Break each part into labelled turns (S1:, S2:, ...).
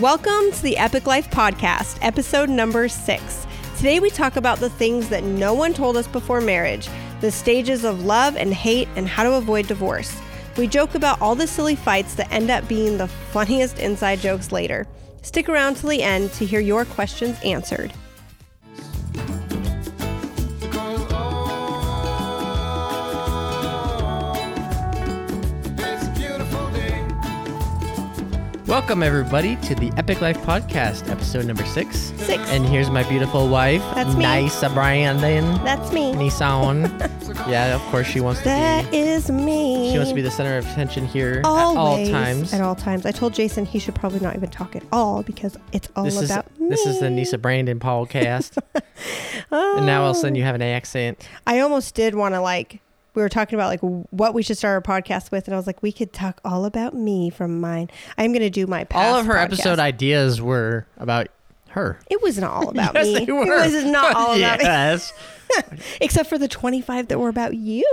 S1: Welcome to the Epic Life Podcast, episode number six. Today we talk about the things that no one told us before marriage, the stages of love and hate, and how to avoid divorce. We joke about all the silly fights that end up being the funniest inside jokes later. Stick around till the end to hear your questions answered.
S2: Welcome, everybody, to the Epic Life Podcast, episode number six.
S1: Six.
S2: And here's my beautiful wife,
S1: That's me.
S2: Nysa Brandon
S1: That's me.
S2: Nissan. yeah, of course, she wants to
S1: That is
S2: be.
S1: me.
S2: She wants to be the center of attention here
S1: Always,
S2: at all times.
S1: At all times. I told Jason he should probably not even talk at all because it's all
S2: this is
S1: about me.
S2: this is the Nisa Brandon podcast, and now all of a sudden you have an accent.
S1: I almost did want to like we were talking about like what we should start our podcast with, and I was like, we could talk all about me from mine. I'm gonna do my past
S2: All of her
S1: podcast.
S2: episode ideas were about her.
S1: It was not all about
S2: yes,
S1: me.
S2: they were.
S1: It was not all about me,
S2: yes.
S1: except for the 25 that were about you.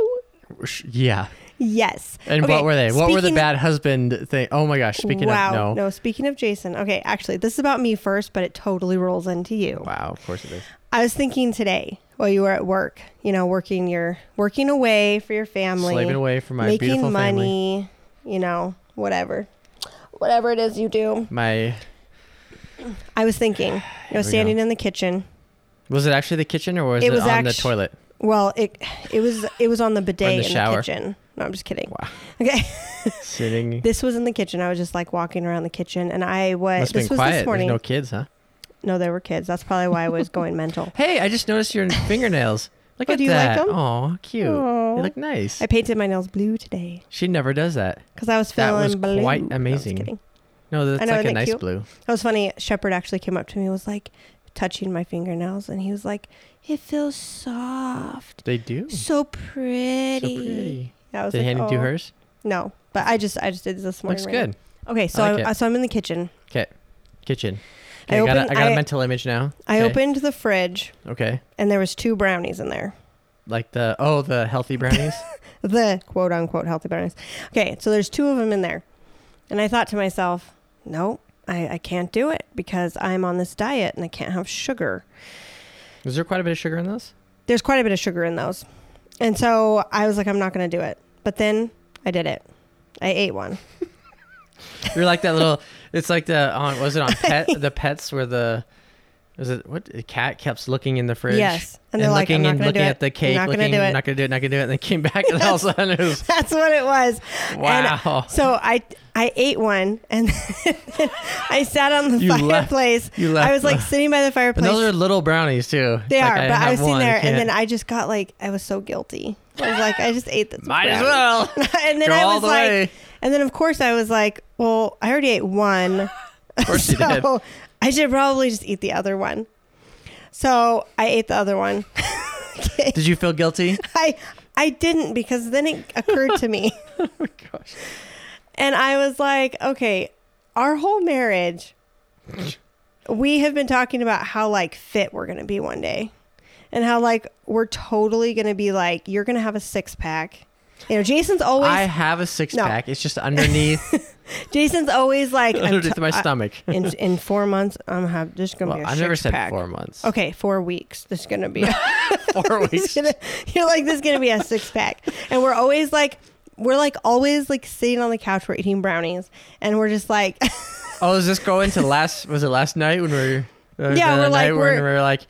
S2: Sh- Yeah.
S1: Yes.
S2: And
S1: Okay,
S2: what were they? What were the
S1: speaking-
S2: bad husband thing? Oh my gosh! Speaking
S1: wow.
S2: of no.
S1: speaking of Jason. Okay, actually, this is about me first, but it totally rolls into you.
S2: Wow. Of course it is.
S1: I was thinking today while you were at work, you know, working your working away for your family,
S2: Slaving away for my
S1: making
S2: beautiful family.
S1: money, you know, whatever, whatever it is you do.
S2: My
S1: I was thinking, you know,
S2: we
S1: standing in the kitchen.
S2: was it actually the kitchen or was
S1: It
S2: it,
S1: was
S2: on the
S1: actu-
S2: toilet?
S1: Well, it it was it was on the bidet
S2: the
S1: in
S2: shower.
S1: the kitchen. No, I'm just kidding.
S2: Wow.
S1: Okay,
S2: Sitting.
S1: this was in the kitchen. I was just like walking around the kitchen, and I was. uh,
S2: Must have
S1: this
S2: been
S1: was
S2: quiet.
S1: this
S2: There's
S1: morning.
S2: no kids, huh?
S1: no, there were kids. That's probably why I was going mental.
S2: Hey, I just noticed your fingernails. Look
S1: Oh,
S2: at
S1: do you like
S2: that.
S1: 'em?
S2: Oh, cute.
S1: Aw.
S2: They look nice.
S1: I painted my nails blue today
S2: she never does that.
S1: because I was
S2: That
S1: feeling
S2: was
S1: blue.
S2: quite
S1: No, I'm just
S2: amazing.
S1: kidding.
S2: No, that's
S1: know,
S2: like a
S1: isn't it
S2: nice
S1: cute?
S2: blue.
S1: That was funny. Shepard actually came up to me, was like touching my fingernails, and he was like, "It feels soft,
S2: They do. So
S1: so pretty."
S2: Hmm. pretty.
S1: Yeah, I was
S2: Did
S1: like,
S2: Hannah do
S1: "Oh."
S2: hers?
S1: No, but I just I just did this morning.
S2: Looks
S1: right
S2: good.
S1: now. Okay, so
S2: I
S1: I
S2: like it.
S1: so I'm in the kitchen.
S2: Okay. Kitchen.
S1: I
S2: Okay, I, got a,
S1: opened-
S2: I got a
S1: I-
S2: mental image now.
S1: I
S2: Okay.
S1: opened the fridge,
S2: Okay.
S1: and there was two brownies in there.
S2: Like the oh the healthy brownies.
S1: The quote unquote healthy brownies. Okay, so there's two of them in there, and I thought to myself, "No, I, I can't do it because I'm on this diet and I can't have sugar."
S2: was there quite a bit of sugar in those?
S1: there's quite a bit of sugar in those. And so I was like, I'm not going to do it. But then I did it. I ate one.
S2: You're like that little. It's like the on was it on pet the pets where the was it what the cat kept looking in the fridge.
S1: Yes. And they're like, I'm
S2: looking
S1: not
S2: and
S1: gonna
S2: looking
S1: do
S2: at
S1: it.
S2: the
S1: I'm
S2: cake,
S1: not gonna
S2: looking
S1: do it.
S2: not gonna do it, not gonna do it, and then came back and all of a sudden it was
S1: That's what it was. And
S2: wow.
S1: so I I ate one and I sat on the
S2: You left-
S1: fireplace.
S2: you left
S1: I was like
S2: the-
S1: sitting by the
S2: And
S1: fireplace.
S2: those are little brownies too.
S1: they
S2: It's like,
S1: are, but I
S2: have
S1: was sitting
S2: one,
S1: there
S2: can't-
S1: and then I just got like I was so guilty. I was like, I just ate this.
S2: might as
S1: brownie.
S2: well.
S1: and then
S2: Go
S1: I
S2: all
S1: was
S2: the
S1: like,
S2: way.
S1: and then of course I was like, well, I already ate one,
S2: Of course you did.
S1: so I should probably just eat the other one. So I ate the other one. Okay.
S2: Did you feel guilty?
S1: I I didn't because then it occurred to me,
S2: oh my gosh.
S1: and I was like, okay, our whole marriage, we have been talking about how like fit we're gonna be one day, and how like we're totally gonna be like you're gonna have a six pack. You know, Jason's always
S2: I have a six
S1: No.
S2: pack. It's just underneath
S1: Jason's always like I'm
S2: underneath
S1: t-
S2: my
S1: I-
S2: stomach.
S1: in in four months, I'm have just gonna
S2: Well,
S1: be a
S2: I've never said
S1: six-pack.
S2: four months.
S1: Okay, four weeks. This is gonna be. this
S2: Four
S1: is
S2: weeks.
S1: gonna- you're like this is gonna be a six pack, and we're always like, we're like always like sitting on the couch, we're eating brownies, and we're just like,
S2: Oh, does this go into last? Was it last night when we were? uh,
S1: Yeah,
S2: the
S1: we're like-
S2: night when
S1: we're-
S2: we were like,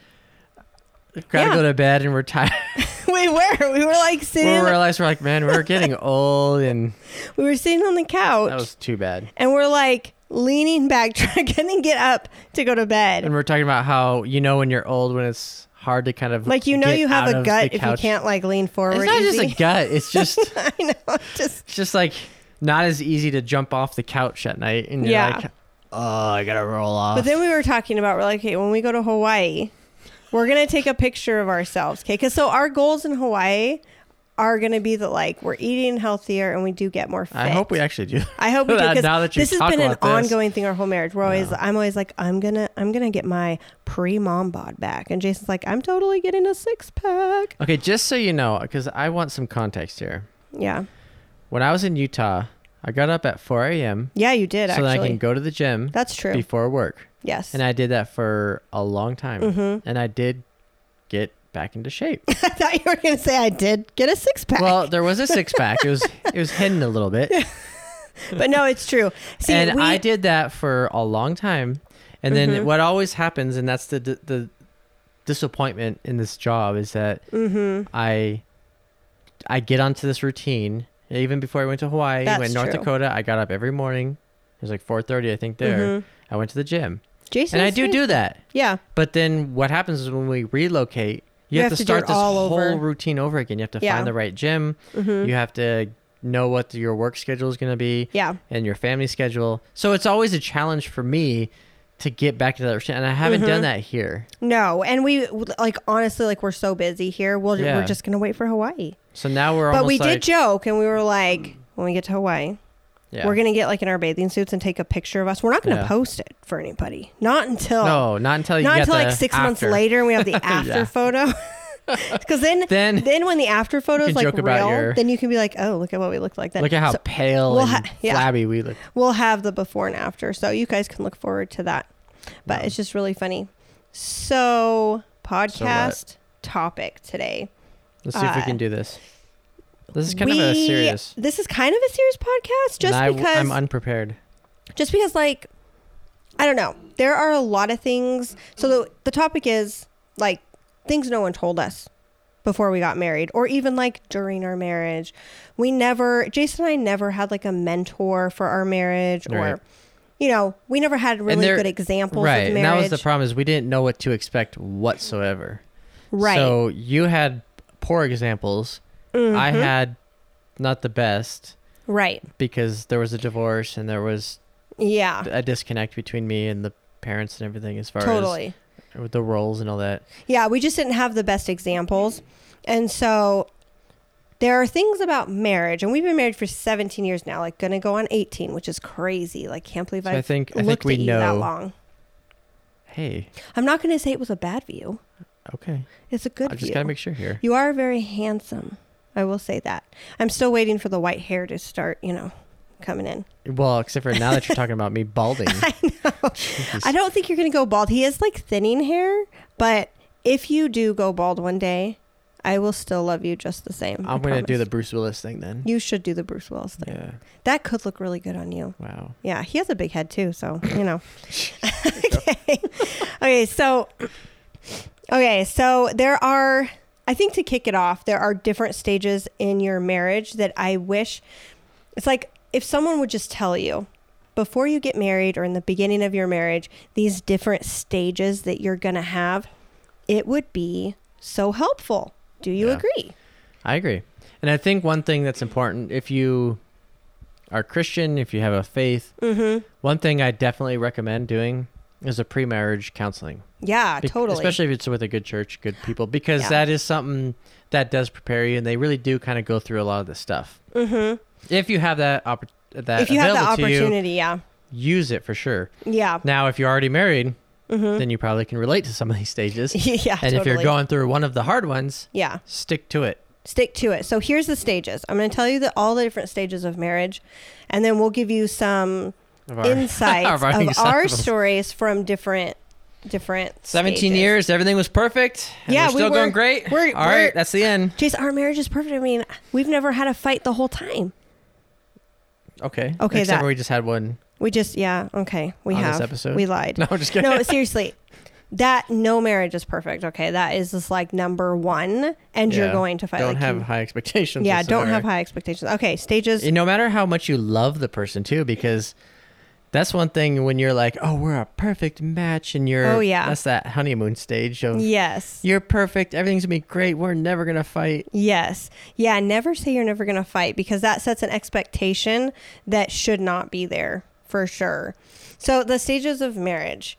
S2: gotta
S1: Yeah.
S2: go to bed and we're tired.
S1: we were we were like
S2: we
S1: sitting, on the-
S2: realized we're like, man, we're getting old, and
S1: we were sitting on the couch,
S2: that was too bad.
S1: and we're like leaning back, trying to get up to go to bed.
S2: And we're talking about how you know when you're old when it's hard to kind of
S1: Like you know,
S2: get
S1: you have
S2: out
S1: a
S2: of
S1: gut
S2: the
S1: if you
S2: couch.
S1: can't like lean forward.
S2: It's not just
S1: easy.
S2: a gut. It's just it's
S1: I know, just
S2: just like not as easy to jump off the couch at night, and you're
S1: Yeah.
S2: like, oh, I gotta roll off.
S1: But then we were talking about we're like, okay, when we go to Hawaii, we're gonna take a picture of ourselves, okay? Because so our goals in Hawaii are gonna be that like we're eating healthier and we do get more fit.
S2: I hope we actually do.
S1: I hope we do
S2: Now
S1: because
S2: that you
S1: this has
S2: talk
S1: been an
S2: about this.
S1: ongoing thing our whole marriage. We're always, I'm always like, I'm gonna, I'm gonna get my pre-mom bod back, and Jason's like, I'm totally getting a six pack.
S2: Okay, just so you know, because I want some context here.
S1: Yeah,
S2: When I was in Utah, I got up at 4 a.m.
S1: Yeah, you did
S2: so
S1: actually.
S2: that I can go to the gym
S1: That's true.
S2: before work.
S1: yes.
S2: And I did that for a long time.
S1: Mm-hmm.
S2: And I did get back into shape.
S1: I thought you were going to say I did get a six pack.
S2: well, there was a six pack. It was it was hidden a little bit.
S1: but no, it's true. See,
S2: and
S1: we, Mm-hmm.
S2: I did that for a long time. And then what always happens, and that's the the, the disappointment in this job, is that
S1: mm-hmm.
S2: I I get onto this routine. Even before I went to Hawaii,
S1: That's
S2: went to North
S1: true.
S2: Dakota, I got up every morning. It was like 4:30, I think. There,
S1: Mm-hmm.
S2: I went to the gym,
S1: Jason,
S2: and I
S1: is
S2: do
S1: free.
S2: do that.
S1: Yeah,
S2: But then what happens is when we relocate, you, have, to
S1: do it
S2: start this
S1: all
S2: whole
S1: over.
S2: routine over again. You have to
S1: Yeah. Mm-hmm.
S2: find the right gym. You have to know what your work schedule is going to be
S1: yeah.
S2: and your family schedule. So it's always a challenge for me to get back to that routine, and I haven't
S1: Mm-hmm.
S2: done that here.
S1: No, and we like honestly, like we're so busy here. We'll
S2: Yeah.
S1: we're just gonna wait for Hawaii.
S2: So now we're
S1: But
S2: almost
S1: we
S2: like,
S1: did joke, and we were like, when we get to Hawaii,
S2: yeah.
S1: we're gonna get like in our bathing suits and take a picture of us. We're not gonna
S2: Yeah.
S1: post it for anybody. Not until
S2: no, not until you
S1: not
S2: get
S1: until
S2: the
S1: like six months
S2: after.
S1: later, and we have the after photo. Because then,
S2: Then-
S1: then, when the after photo is
S2: can
S1: like
S2: joke
S1: real,
S2: about your-
S1: then you can be like, "Oh, look at what we looked like then."
S2: Look at how
S1: So
S2: pale
S1: we'll
S2: and
S1: ha- yeah.
S2: flabby we look.
S1: we'll have the before and after, so you guys can look forward to that. But it's just really funny. So podcast topic today.
S2: Let's see if we
S1: Uh,
S2: can do this. This is kind of a
S1: We-
S2: serious.
S1: This is kind of a serious podcast, just
S2: and I,
S1: because
S2: I'm unprepared.
S1: just because like i don't know there are a lot of things so the, the topic is like things no one told us before we got married or even like during our marriage we never jason and i never had like a mentor for our marriage
S2: Right.
S1: or you know we never had really
S2: there-
S1: good examples
S2: Right,
S1: of
S2: and that was
S1: marriage
S2: the problem is we didn't know what to expect whatsoever.
S1: right
S2: So you had poor examples. I had not the best
S1: Mm-hmm. right
S2: because there was a divorce and there was
S1: yeah
S2: a disconnect between me and the parents and everything as far
S1: totally
S2: as with the roles and all that.
S1: Yeah, we just didn't have the best examples. And so there are things about marriage, and we've been married for 17 years now, like gonna go on 18, which is crazy. Like, can't believe
S2: So
S1: I've
S2: I think I
S1: looked at
S2: think we
S1: you that
S2: know.
S1: long.
S2: Hey,
S1: I'm not gonna say it was a bad view,
S2: okay.
S1: it's a good
S2: I just
S1: view.
S2: gotta make sure here.
S1: you are very handsome. I will say that. I'm still waiting for the white hair to start, you know, coming in.
S2: Well, except for now that you're talking about me balding. I know.
S1: I don't think you're gonna go bald. He is like thinning hair, but if you do go bald one day, I will still love you just the same. I
S2: I'm gonna do
S1: promise.
S2: the Bruce Willis thing then.
S1: You should do the Bruce Willis thing.
S2: Yeah.
S1: That could look really good on you.
S2: Wow.
S1: Yeah, he has a big head too, so you know. okay. okay, so okay, so there are I think to kick it off, there are different stages in your marriage that I wish it's like if someone would just tell you before you get married or in the beginning of your marriage, these different stages that you're gonna have, it would be so helpful. Do you
S2: Yeah.
S1: agree?
S2: I agree. And I think one thing that's important if you are Christian, if you have a faith,
S1: Mm-hmm.
S2: one thing I definitely recommend doing is a pre-marriage counseling.
S1: Yeah,
S2: Be-
S1: Uh, totally.
S2: Especially if it's with a good church, good people, because
S1: Yeah.
S2: that is something that does prepare you, and they really do kind of go through a lot of this stuff. Mm-hmm. If you have that oppor- that
S1: if you have
S2: available
S1: the
S2: to
S1: opportunity, yeah.
S2: you, use it for sure.
S1: Yeah.
S2: Now, if you're already married, then you probably can relate to some of these stages. and
S1: Mm-hmm. yeah.
S2: if you're
S1: totally.
S2: going through one of the hard ones,
S1: Yeah.
S2: stick to it.
S1: Stick to it. So here's the stages. I'm going to tell you the, all the different stages of marriage, and then we'll give you some
S2: Of our-
S1: insights
S2: of our
S1: of our
S2: examples.
S1: stories from different different
S2: 17
S1: stages.
S2: years, everything was perfect. and
S1: Yeah,
S2: we're
S1: we
S2: still
S1: were-
S2: going great. All
S1: we're-
S2: right,
S1: we're-
S2: that's the end.
S1: Jason, our marriage is perfect. I mean, we've never had a fight the whole time.
S2: Okay.
S1: Okay,
S2: Except
S1: that-
S2: for we just had one.
S1: We just, yeah, okay, we
S2: On this
S1: have.
S2: episode?
S1: We lied.
S2: No, I'm just kidding.
S1: no, seriously. That no marriage is perfect. Okay, that is just like number one, and
S2: Yeah.
S1: you're going to fight.
S2: Don't
S1: like
S2: have
S1: you-
S2: high expectations.
S1: yeah,
S2: It's
S1: don't
S2: all
S1: have
S2: right.
S1: high expectations. Okay, stages.
S2: And no matter how much you love the person too, because that's one thing when you're like, oh, we're a perfect match, and you're
S1: Oh, yeah.
S2: that's that honeymoon stage of
S1: yes.
S2: you're perfect, everything's gonna be great, we're never gonna fight.
S1: Yes. Yeah. Never say you're never going to fight because that sets an expectation that should not be there for sure. So, the stages of marriage.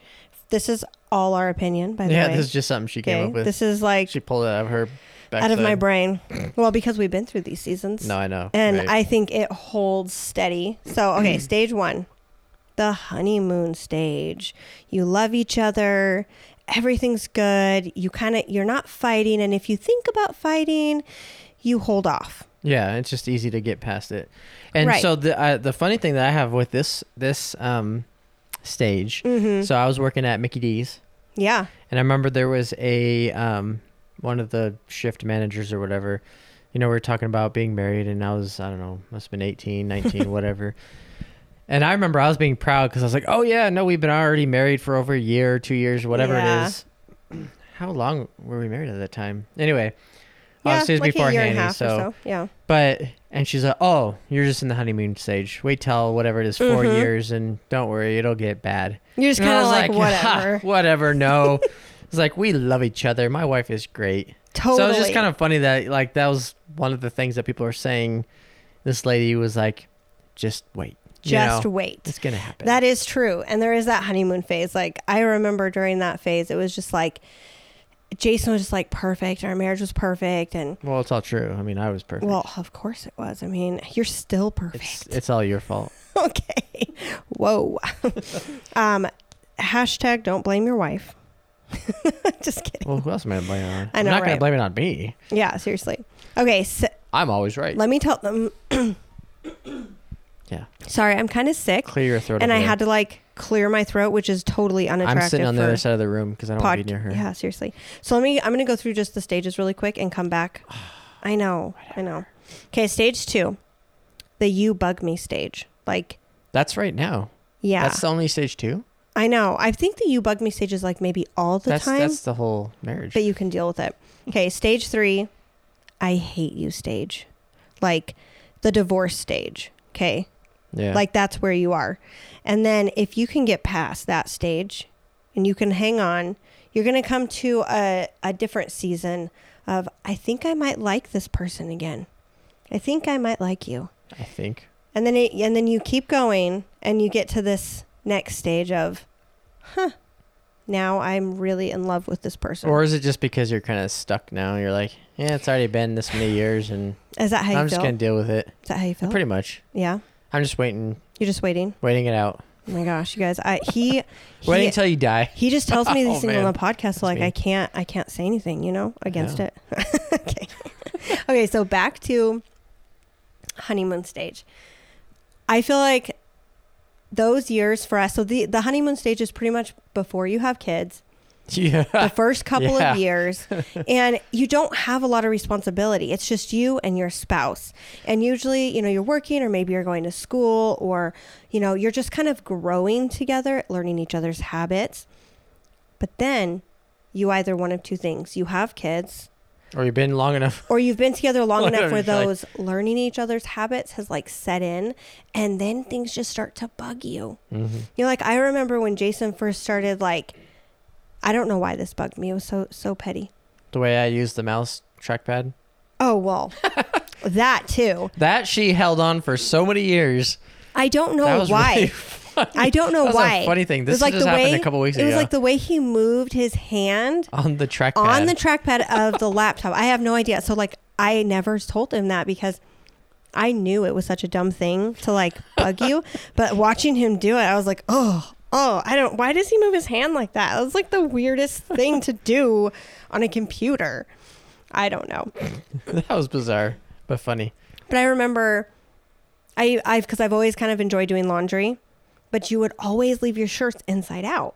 S1: This is all our opinion, by the
S2: yeah,
S1: way.
S2: this is just something she came up
S1: okay.
S2: with.
S1: This is like
S2: she pulled it out of her
S1: out of my
S2: backside.
S1: brain. well, because we've been through these seasons.
S2: No, I know.
S1: And
S2: right. Mm.
S1: I think it holds steady. So, okay, stage one, the honeymoon stage. You love each other. Everything's good. You kind of, you're not fighting. And if you think about fighting, you hold off.
S2: Yeah, it's just easy to get past it. And
S1: Right.
S2: so the uh, the funny thing that I have with this this um stage.
S1: Mhm.
S2: So I was working at Mickey D's
S1: Yeah.
S2: and I remember there was a um one of the shift managers or whatever. You know, we were talking about being married and I was I don't know, must have been 18, 19, whatever. And I remember I was being proud cuz I was like, "Oh yeah, no, we've been already married for over a year, 2 years, whatever
S1: Yeah.
S2: it is." How long were we married at that time? Anyway,
S1: Yeah,
S2: obviously it was
S1: like
S2: before
S1: a year and
S2: Hanny,
S1: a half
S2: Oh, so,
S1: or so. Yeah.
S2: but and she's like, "Oh, you're just in the honeymoon stage. Wait till whatever it is, four
S1: Mhm.
S2: years, and don't worry, it'll get bad."
S1: You're just
S2: And I
S1: kind of
S2: was
S1: like,
S2: "Ha,
S1: whatever.
S2: whatever. No, it's like we love each other. My wife is great.
S1: totally.
S2: So it's just kind of funny that like that was one of the things that people are saying. This lady was like, "Just wait, You
S1: just
S2: know,
S1: wait.
S2: it's gonna happen."
S1: That is true. And there is that honeymoon phase. Like I remember during that phase, it was just like Jason was just like perfect. Our marriage was perfect. And
S2: well, it's all true. I mean, I was perfect.
S1: well, of course it was. I mean, you're still perfect.
S2: it's it's all your fault.
S1: okay. Whoa. um, hashtag don't blame your wife. just kidding.
S2: Well, who else am I blaming on?
S1: I
S2: I'm
S1: know,
S2: not
S1: right?
S2: gonna blame it on me.
S1: Yeah, seriously. Okay. So
S2: I'm always right.
S1: let me tell them.
S2: Yeah.
S1: Sorry, I'm kind of sick.
S2: Clear your throat.
S1: and
S2: over
S1: I
S2: there.
S1: had to like clear my throat, which is totally unattractive.
S2: I'm sitting on the
S1: for
S2: other side of the room because I don't want to
S1: pod-
S2: be near her.
S1: Yeah, seriously. So let me. I'm gonna go through just the stages really quick and come back. I know. I know. Okay, stage two, the you bug me stage. Like,
S2: That's right now.
S1: yeah,
S2: That's the only stage two.
S1: I know. I think the you bug me stage is like maybe all the
S2: that's
S1: time,
S2: that's the whole marriage.
S1: but you can deal with it. Okay, stage three, I hate you stage, like the divorce stage. Okay,
S2: yeah.
S1: Like that's where you are. And then if you can get past that stage and you can hang on, you're going to come to a, a different season of, I think I might like this person again. I think I might like you.
S2: I think.
S1: And then, it, and then you keep going and you get to this next stage of, huh, now I'm really in love with this person.
S2: Or is it just because you're kind of stuck now? You're like, yeah, it's already been this many years, and
S1: Is that how you
S2: I'm
S1: feel?
S2: just gonna deal with it.
S1: Is that how you feel?
S2: Pretty much.
S1: yeah.
S2: I'm just waiting,
S1: You're just waiting.
S2: waiting it out,
S1: Oh my gosh, you guys. I, he,
S2: waiting
S1: he
S2: until you die.
S1: He just tells me these
S2: Oh,
S1: things on
S2: man.
S1: the podcast, so like
S2: me.
S1: I can't, I can't say anything, you know, against it. okay, okay. So back to honeymoon stage. I feel like those years for us. So the the honeymoon stage is pretty much before you have kids, the
S2: Yeah.
S1: first couple
S2: Yeah.
S1: of years, and you don't have a lot of responsibility. It's just you and your spouse, and usually, you know, you're working or maybe you're going to school or, you know, you're just kind of growing together, learning each other's habits. But then you either one of two things you have kids
S2: or you've been long enough.
S1: or you've been together long
S2: Whatever
S1: enough where
S2: you feel like.
S1: those learning each other's habits has like set in and then things just start to bug you you know like i remember when jason first started like i don't know why this bugged me it was so so petty
S2: The way I use the mouse trackpad.
S1: oh well that too
S2: That she held on for so many years.
S1: i don't know
S2: that was
S1: why
S2: really funny.
S1: i don't know
S2: That was a
S1: why
S2: funny thing.
S1: It
S2: This
S1: was like
S2: just
S1: the
S2: happened
S1: way
S2: a couple weeks
S1: it was
S2: ago.
S1: like the way he moved his hand
S2: on the trackpad.
S1: on the trackpad of the laptop. I have no idea. So like I never told him that because I knew it was such a dumb thing to like bug you, but watching him do it, I was like, "Oh, oh, I don't why does he move his hand like that?" That was like the weirdest thing to do on a computer. I don't know.
S2: that was bizarre, but funny.
S1: But I remember I I've cuz I've always kind of enjoyed doing laundry, but you would always leave your shirts inside out.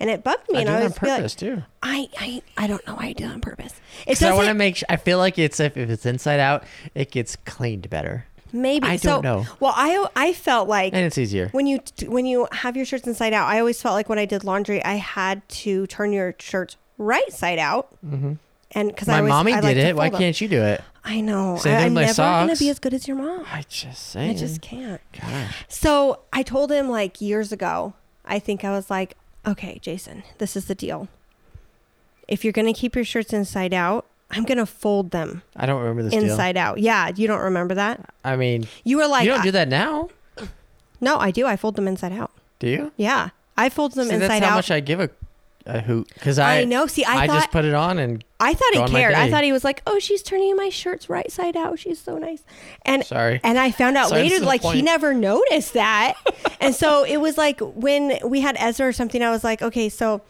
S1: And it bugged me
S2: I
S1: and
S2: do
S1: I
S2: it on
S1: was like,
S2: purpose too.
S1: I, I I don't know why I do that on purpose. It
S2: Because I
S1: doesn't
S2: want to make. Sh- I feel like it's if, if it's inside out, it gets cleaned better,
S1: Maybe
S2: I
S1: so,
S2: don't know.
S1: Well, I I felt like
S2: and it's easier.
S1: when you when you have your shirts inside out, I always felt like when I did laundry, I had to turn your shirts right side out. Mm-hmm. And because
S2: My
S1: I always,
S2: mommy
S1: I
S2: did
S1: like to
S2: it. Why
S1: fold 'em.
S2: can't you do it?
S1: I know?
S2: Same
S1: I,
S2: thing
S1: am
S2: with my
S1: never gonna
S2: socks.
S1: be as good as your mom.
S2: I just say.
S1: I just can't.
S2: Gosh.
S1: So I told him like years ago, I think I was like, okay, Jason, this is the deal. If you're gonna keep your shirts inside out, I'm gonna fold them
S2: I don't remember this
S1: inside out. Yeah, you don't remember that?
S2: deal. I mean,
S1: You were like,
S2: you don't
S1: I-
S2: do that now,
S1: no, I do. I fold them inside out.
S2: do you?
S1: Yeah, I fold them
S2: See,
S1: inside
S2: that's how
S1: out.
S2: much I give a, a hoot because I
S1: I, know. See, I,
S2: I
S1: thought
S2: just put it on and
S1: I thought
S2: go
S1: he
S2: on my
S1: cared. I
S2: day.
S1: thought he was like, "Oh, she's turning my shirts right side out. She's so nice." And
S2: sorry.
S1: and I found out
S2: Sorry,
S1: later,
S2: this is
S1: like
S2: the
S1: he
S2: point.
S1: never noticed that. and so it was like when we had Ezra or something, I was like, "Okay, so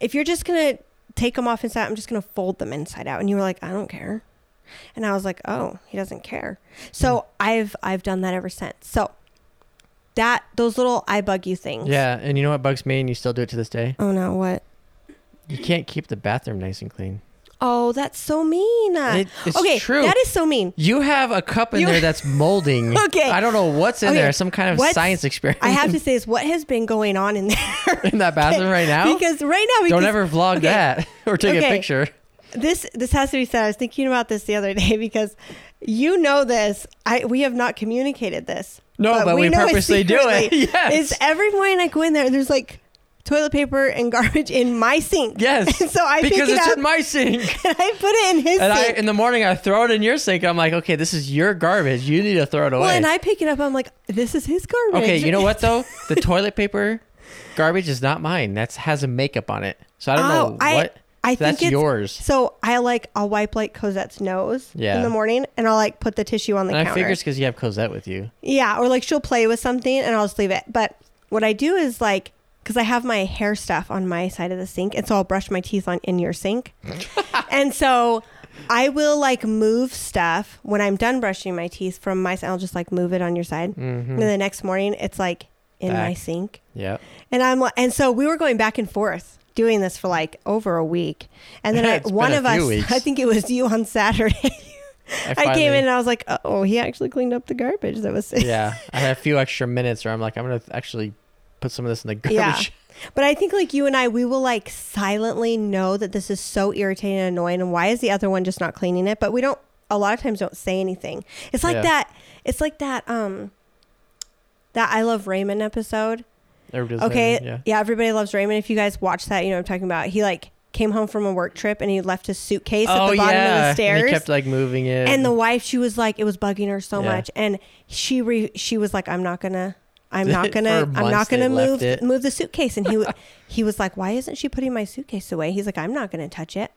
S1: if you're just gonna take them off inside, I'm just gonna fold them inside out." And you were like, "I don't care." And I was like, "Oh, he doesn't care." So
S2: Hmm.
S1: I've I've done that ever since. So that those little I bug you things.
S2: Yeah, and you know what bugs me, and you still do it to this day.
S1: Oh no, what?
S2: You can't keep the bathroom nice and clean.
S1: Oh, that's so mean.
S2: It- it's
S1: okay,
S2: true.
S1: that is so mean.
S2: You have a cup in
S1: You-
S2: there that's molding.
S1: Okay.
S2: I don't know what's in
S1: Okay,
S2: there. Some kind of
S1: what's-
S2: science experiment.
S1: I have to say is what has been going on in there
S2: in that bathroom right now.
S1: because right now because
S2: don't ever vlog
S1: okay.
S2: that or take
S1: Okay.
S2: a picture.
S1: this this has to be said. I was thinking about this the other day because you know this. I we have not communicated this.
S2: No, but we
S1: know
S2: purposely do it.
S1: secretly.
S2: Yes.
S1: It's every morning I go in there and there's like toilet paper and garbage in my sink.
S2: Yes.
S1: And so I
S2: because
S1: pick it
S2: it's
S1: up
S2: in my sink.
S1: and I put it in his
S2: And I
S1: sink.
S2: in the morning I throw it in your sink. I'm like, okay, this is your garbage. You need to throw it away.
S1: well, and I pick it up. I'm like, this is his garbage.
S2: okay, you know what though? The toilet paper garbage is not mine. That has a makeup on it. So I don't
S1: Oh,
S2: know
S1: I-
S2: what.
S1: I
S2: that's
S1: think it's-
S2: yours.
S1: So I like I'll wipe like Cosette's nose
S2: Yeah.
S1: in the morning, and I'll like put the tissue on the
S2: And I
S1: counter.
S2: figure it's because you have Cosette with you.
S1: Yeah, or like she'll play with something and I'll just leave it. But what I do is like, because I have my hair stuff on my side of the sink, and so I'll brush my teeth on in your sink, and so I will like move stuff when I'm done brushing my teeth from my side. I'll just like move it on your side, and then the next morning it's like in my
S2: Back.
S1: sink,
S2: Mm-hmm. Yep.
S1: and I'm like, and so we were going back and forth doing this for like over a week, and then I,
S2: It's been
S1: one
S2: a
S1: of us,
S2: few weeks.
S1: I think it was you on Saturday. I came
S2: finally-
S1: in and I was like, oh, he actually cleaned up the garbage that was sitting
S2: yeah, I had a few extra minutes where I'm like, I'm gonna actually put some of this in the garbage.
S1: Yeah. But I think like you and I, we will like silently know that this is so irritating and annoying. And why is the other one just not cleaning it? But we don't. A lot of times, don't say anything. It's like
S2: Yeah.
S1: that. It's like that. Um, that I love Raymond episode.
S2: Everybody's
S1: Okay,
S2: learning,
S1: yeah.
S2: Yeah.
S1: everybody loves Raymond. If you guys watch that, you know what I'm talking about. He like came home from a work trip and he left his suitcase at the bottom of the stairs.
S2: Oh, And they kept like moving it. Oh
S1: And the wife, she was like, it was bugging her so
S2: Yeah.
S1: much, and she re- she was like, I'm not gonna, I'm
S2: For
S1: not gonna, I'm not
S2: months they
S1: gonna
S2: left
S1: move
S2: it.
S1: move the suitcase. And he w- he was like, why isn't she putting my suitcase away? He's like, I'm not gonna touch it.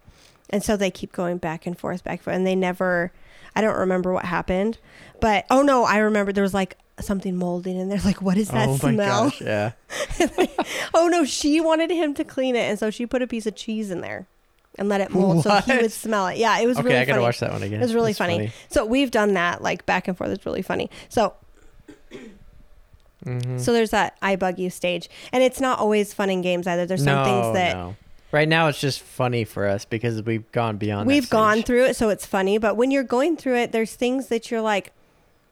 S1: And so they keep going back and forth, back and forth, and they never. I don't remember what happened, but oh no, I remember there was like something molding in there. Like, what is that
S2: oh my
S1: smell?
S2: gosh, yeah.
S1: Oh no, she wanted him to clean it, and so she put a piece of cheese in there and let it mold so he
S2: What?
S1: would smell it. Yeah, it was
S2: Okay,
S1: really
S2: I gotta
S1: funny.
S2: watch that one again.
S1: It was really
S2: It's
S1: funny.
S2: funny.
S1: So we've done that like back and forth. It's really funny. So
S2: Mm-hmm.
S1: so there's that I bug you stage, and it's not always fun and games either. There's some things that
S2: no. Right now, it's just funny for us because we've gone beyond. that
S1: we've
S2: stage.
S1: gone through it, so it's funny. But when you're going through it, there's things that you're like,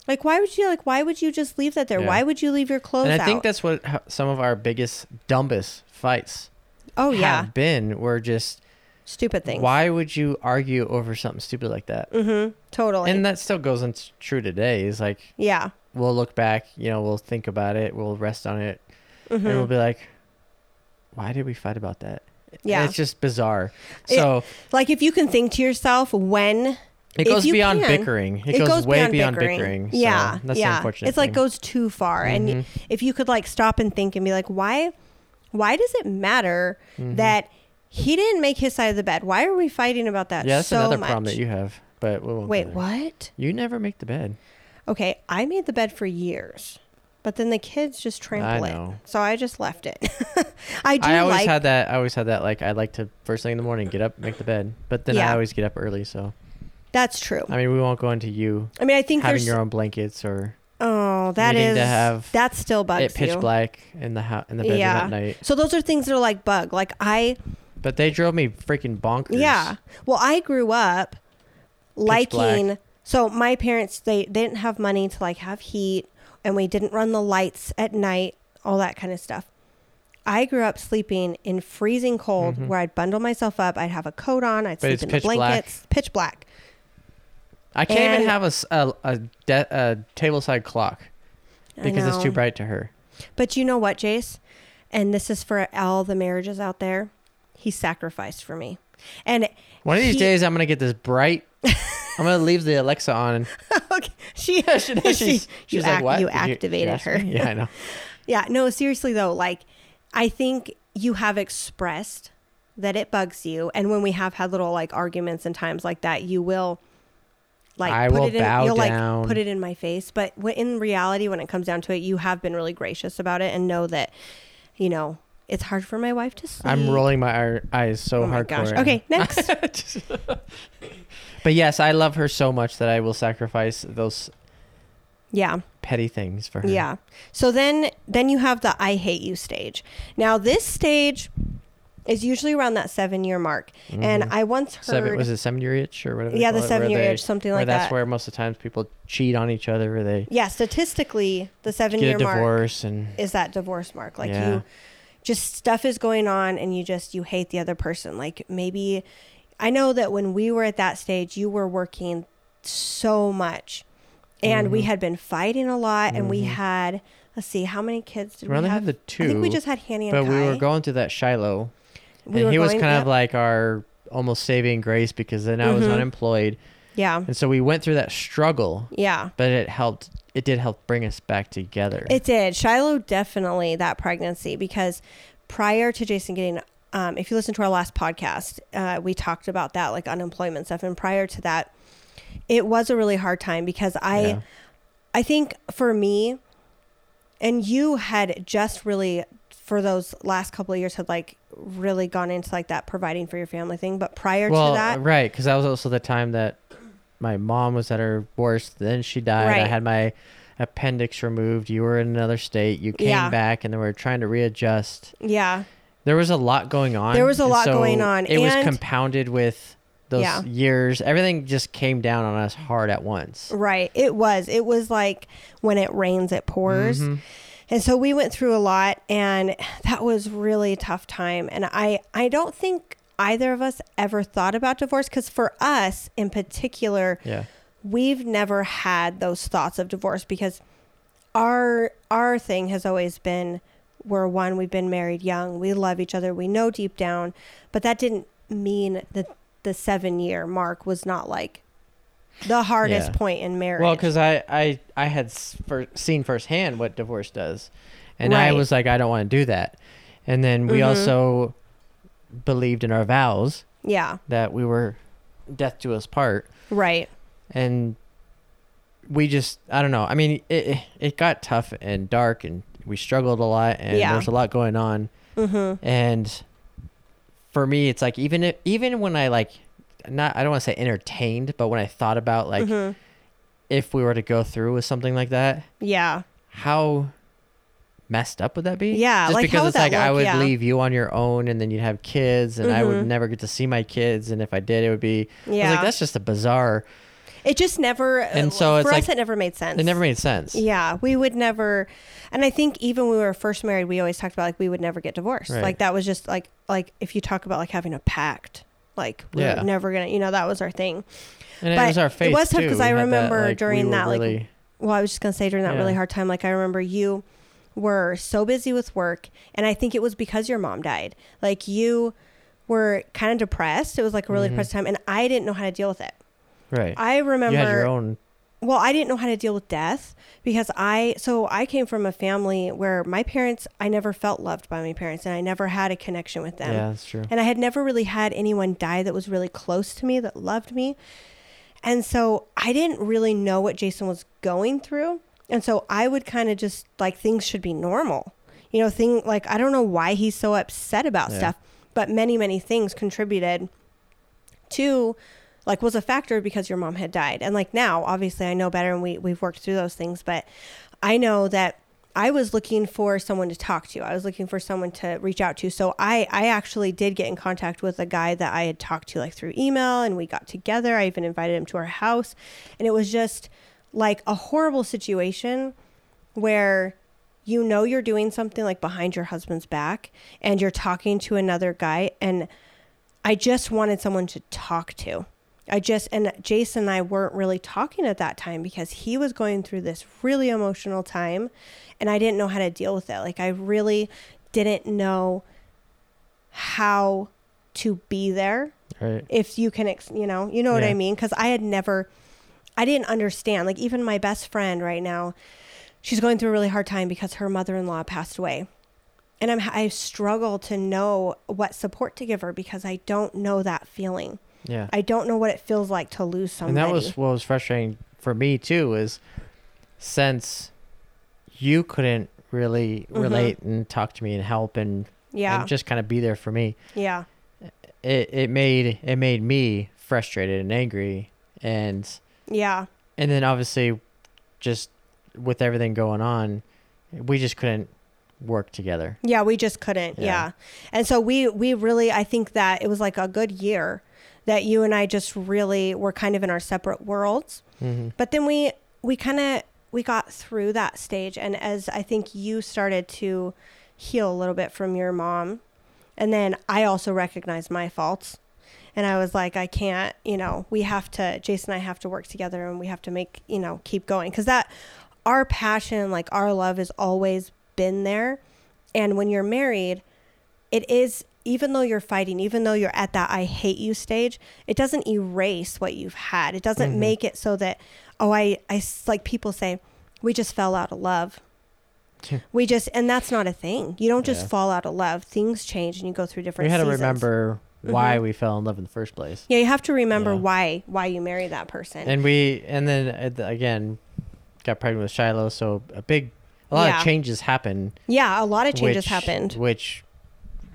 S1: like why would you like why would you just leave that there?
S2: Yeah.
S1: Why would you leave your clothes
S2: and I
S1: out?
S2: think that's what ho- some of our biggest, dumbest fights
S1: oh yeah,
S2: have been. Were just
S1: stupid things. Mm-hmm.
S2: why would you argue over something stupid like that?
S1: Totally.
S2: And that still goes on true today. Is like
S1: yeah.
S2: we'll look back, you know, we'll think about it, we'll rest on it,
S1: Mm-hmm.
S2: and
S1: Hmm.
S2: we'll be like, why did we fight about that? And
S1: Yeah.
S2: it's just bizarre.
S1: It-
S2: So
S1: Like if you can think to yourself when if
S2: it goes
S1: you
S2: beyond
S1: can,
S2: bickering. It, goes, way beyond, bickering. So
S1: yeah,
S2: that's
S1: yeah.
S2: the unfortunate.
S1: it's like
S2: thing. Mm-hmm.
S1: goes too far, and if you could like stop and think and be like, why, why does it matter
S2: Mm-hmm.
S1: that he didn't make his side of the bed? Why are we fighting about that?
S2: yeah, that's
S1: uh, so
S2: another
S1: much?
S2: problem that you have. But we won't go
S1: Wait,
S2: there.
S1: what?
S2: You never make the bed.
S1: Okay, I made the bed for years, but then the kids just trample
S2: I
S1: it,
S2: know.
S1: so I just left it. I do
S2: I always
S1: like.
S2: had that. I always had that. Like I like to first thing in the morning get up, make the bed. But then
S1: Yeah.
S2: I always get up early. So
S1: that's true.
S2: I mean, we won't go into you
S1: I mean, I think
S2: having
S1: there's.
S2: your own blankets or
S1: oh, that
S2: needing
S1: is.
S2: to have
S1: that still bugs
S2: it pitch
S1: you.
S2: black in the house in the bedroom
S1: Yeah.
S2: at night.
S1: So those are things that are like bug. Like I.
S2: But they drove me freaking bonkers.
S1: Yeah. Well, I grew up liking.
S2: black.
S1: So my parents they, they didn't have money to like have heat, and we didn't run the lights at night, all that kind of stuff. I grew up sleeping in freezing cold, where I'd bundle myself up, I'd have a coat on, I'd
S2: Mm-hmm. But
S1: sleep
S2: it's
S1: in the
S2: pitch black.
S1: blankets, pitch black.
S2: I can't
S1: And-
S2: even have a s- a a de- a table side clock
S1: I
S2: because it's
S1: know.
S2: too bright to her.
S1: But you know what, Jace? And this is for all the marriages out there. He sacrificed for me, and
S2: One of these
S1: he-
S2: days, I'm gonna get this bright. I'm gonna leave the Alexa on.
S1: okay, she, she,
S2: she's
S1: you
S2: she's like,
S1: ac-
S2: "What?
S1: You
S2: Did she
S1: activated
S2: ask
S1: her.
S2: me?" Yeah, I know.
S1: Yeah, no, seriously though, like I think you have expressed that it bugs you and when we have had little like arguments and times like that, you will like
S2: I
S1: put
S2: will
S1: it in
S2: bow
S1: you'll like
S2: down.
S1: put it in my face, but when, in reality when it comes down to it, you have been really gracious about it and know that you know It's hard for my wife to see.
S2: I'm rolling my ir- eyes so
S1: Mm. Oh my
S2: hardcore.
S1: gosh. Okay, next.
S2: But yes, I love her so much that I will sacrifice those
S1: yeah.
S2: petty things for her.
S1: Yeah. So then then you have the I hate you stage. Now this stage is usually around that 7 year mark. And I once heard
S2: Mm-hmm. Seven was it seven year itch or whatever? they
S1: Yeah,
S2: call
S1: the
S2: it, where
S1: seven-year
S2: they-
S1: itch, something
S2: where
S1: like
S2: that's
S1: that.
S2: where most of the times people cheat on each other, or they
S1: Yeah, statistically the 7
S2: get
S1: year
S2: a
S1: mark
S2: divorce, and
S1: is that divorce mark. Like
S2: Yeah.
S1: you just stuff is going on and you just you hate the other person. Like maybe I know that when we were at that stage you were working so much and
S2: Mm-hmm.
S1: we had been fighting a lot and we had let's see how many kids did
S2: we
S1: we,
S2: only
S1: have?
S2: had the two.
S1: I think we just had Hanny and
S2: but
S1: Kai.
S2: we were going through that Shiloh,
S1: We
S2: and
S1: were
S2: he was
S1: going-
S2: kind
S1: yep. Mm-hmm.
S2: of like our almost saving grace because then I was unemployed,
S1: Yeah.
S2: and so we went through that struggle,
S1: Yeah.
S2: but it helped. It did help bring us back together.
S1: It did. Shiloh definitely that pregnancy because prior to Jason getting, um, if you listen to our last podcast, uh, we talked about that like unemployment stuff, and prior to that, it was a really hard time because I,
S2: Yeah.
S1: I think for me, and you had just really for those last couple of years had like really gone into like that providing for your family thing, but prior
S2: well, uh,
S1: to that,
S2: right, because that was also the time that my mom was at her worst. Then she died. I
S1: Right.
S2: had my appendix removed. You were in another state. You came
S1: Yeah.
S2: back, and then we were trying to readjust.
S1: yeah,
S2: There was a lot going on.
S1: There was a
S2: and
S1: lot going on,
S2: It was
S1: and-
S2: compounded with those
S1: Yeah.
S2: years. Everything just came down on us hard at once.
S1: Right. It was. It was like when it rains, it pours.
S2: Mm-hmm.
S1: And so we went through a lot and that was really a tough time. And I, I don't think either of us ever thought about divorce because for us in particular,
S2: Yeah.
S1: we've never had those thoughts of divorce because our our thing has always been we're one we've been married young we love each other we know deep down but that didn't mean that the seven year mark was not like the hardest
S2: Yeah.
S1: point in marriage
S2: Well, because I, I I had s- fir- seen firsthand what divorce does, and I
S1: Right. Mm-hmm.
S2: was like, I don't want to do that. And then we also believed in our vows
S1: yeah
S2: that we were death to us part,
S1: right
S2: and we just I don't know. I mean, it it got tough and dark, and we struggled a lot, and
S1: Yeah.
S2: there's a lot going on. Mm-hmm. And for me, it's like even if, even when I like not I don't want to say entertained, but when I thought about like
S1: Mm-hmm.
S2: if we were to go through with something like that,
S1: yeah
S2: how messed up would that be?
S1: Yeah,
S2: just
S1: like,
S2: because
S1: how
S2: it's
S1: would
S2: like
S1: that
S2: I
S1: look?
S2: would
S1: Yeah. Mm-hmm.
S2: leave you on your own, and then you'd have kids, and I would never get to see my kids, and if I did, it would be I was
S1: Yeah.
S2: like that's just a bizarre.
S1: it just never uh,
S2: And so it's
S1: for us
S2: like-
S1: it never made sense
S2: It never made sense.
S1: Yeah, we would never, and I think even when we were first married, we always talked about like we would never get divorced.
S2: Right.
S1: Like that was just like like if you talk about like having a pact, like we
S2: Yeah.
S1: we're never gonna, you know, that was our thing.
S2: And
S1: But
S2: it was our
S1: it
S2: faith.
S1: was tough
S2: too.
S1: 'cause I
S2: We had
S1: remember
S2: like, we
S1: during
S2: were
S1: that, like,
S2: really-
S1: Well, I was just gonna say during that
S2: Yeah.
S1: really hard time, like I remember you were so busy with work, and I think it was because your mom died. Like you were kind of depressed. It was like a really depressed time, and I didn't know how to deal with it.
S2: right.
S1: I remember
S2: Mm-hmm. you had your own.
S1: well i didn't know how to deal with death because i so i came from a family where my parents i never felt loved by my parents and i never had a connection with them
S2: Yeah, that's true.
S1: and i had never really had anyone die that was really close to me that loved me and so i didn't really know what jason was going through and so i would kind of just like things should be normal you know thing like i don't know why he's so upset about
S2: Yeah.
S1: stuff but many many things contributed two like was a factor because your mom had died and like now obviously i know better and we, we've worked through those things but i know that i was looking for someone to talk to i was looking for someone to reach out to so i i actually did get in contact with a guy that i had talked to like through email and we got together i even invited him to our house and it was just like a horrible situation where you know you're doing something like behind your husband's back and you're talking to another guy and I just wanted someone to talk to. I just and Jason and I weren't really talking at that time because he was going through this really emotional time and I didn't know how to deal with it. Like I really didn't know how to be there
S2: Right.
S1: if you can ex- you know you know what
S2: Yeah.
S1: i mean because i had never i didn't understand like even my best friend right now she's going through a really hard time because her mother-in-law passed away and i'm i struggle to know what support to give her because i don't know that feeling
S2: Yeah.
S1: i don't know what it feels like to lose somebody
S2: and that was what was frustrating for me too is since you couldn't really relate and talk to me and help and
S1: Mm-hmm. Yeah.
S2: and just kind of be there for me.
S1: yeah.
S2: It it made it made me frustrated and angry and
S1: Yeah.
S2: and then obviously just with everything going on, we just couldn't work together.
S1: Yeah, we just couldn't. Yeah.
S2: Yeah.
S1: And so we we really I think that it was like a good year that you and I just really were kind of in our separate worlds. But then we we kind of we got through that stage and as I think you started to heal a little bit from your mom and then I also recognized my faults and I was like I can't, you know, we have to Jason and I have to work together and we have to make, you know, keep going cuz that our passion, like our love has always been there. And when you're married, it is even though you're fighting, even though you're at that I hate you stage, it doesn't erase what you've had. It doesn't make it so that oh, I I s- like people say, we just fell out of love. we just and that's not a thing. You don't just
S2: Yeah.
S1: fall out of love. Things change and you go through different
S2: we had to
S1: seasons.
S2: remember why we fell in love in the first place.
S1: Yeah, you have to remember
S2: Yeah.
S1: why why you married that person.
S2: And we and then uh, the- again got pregnant with Shiloh, so a big a lot
S1: Yeah.
S2: of changes happened.
S1: yeah, a lot of changes
S2: which-
S1: happened.
S2: which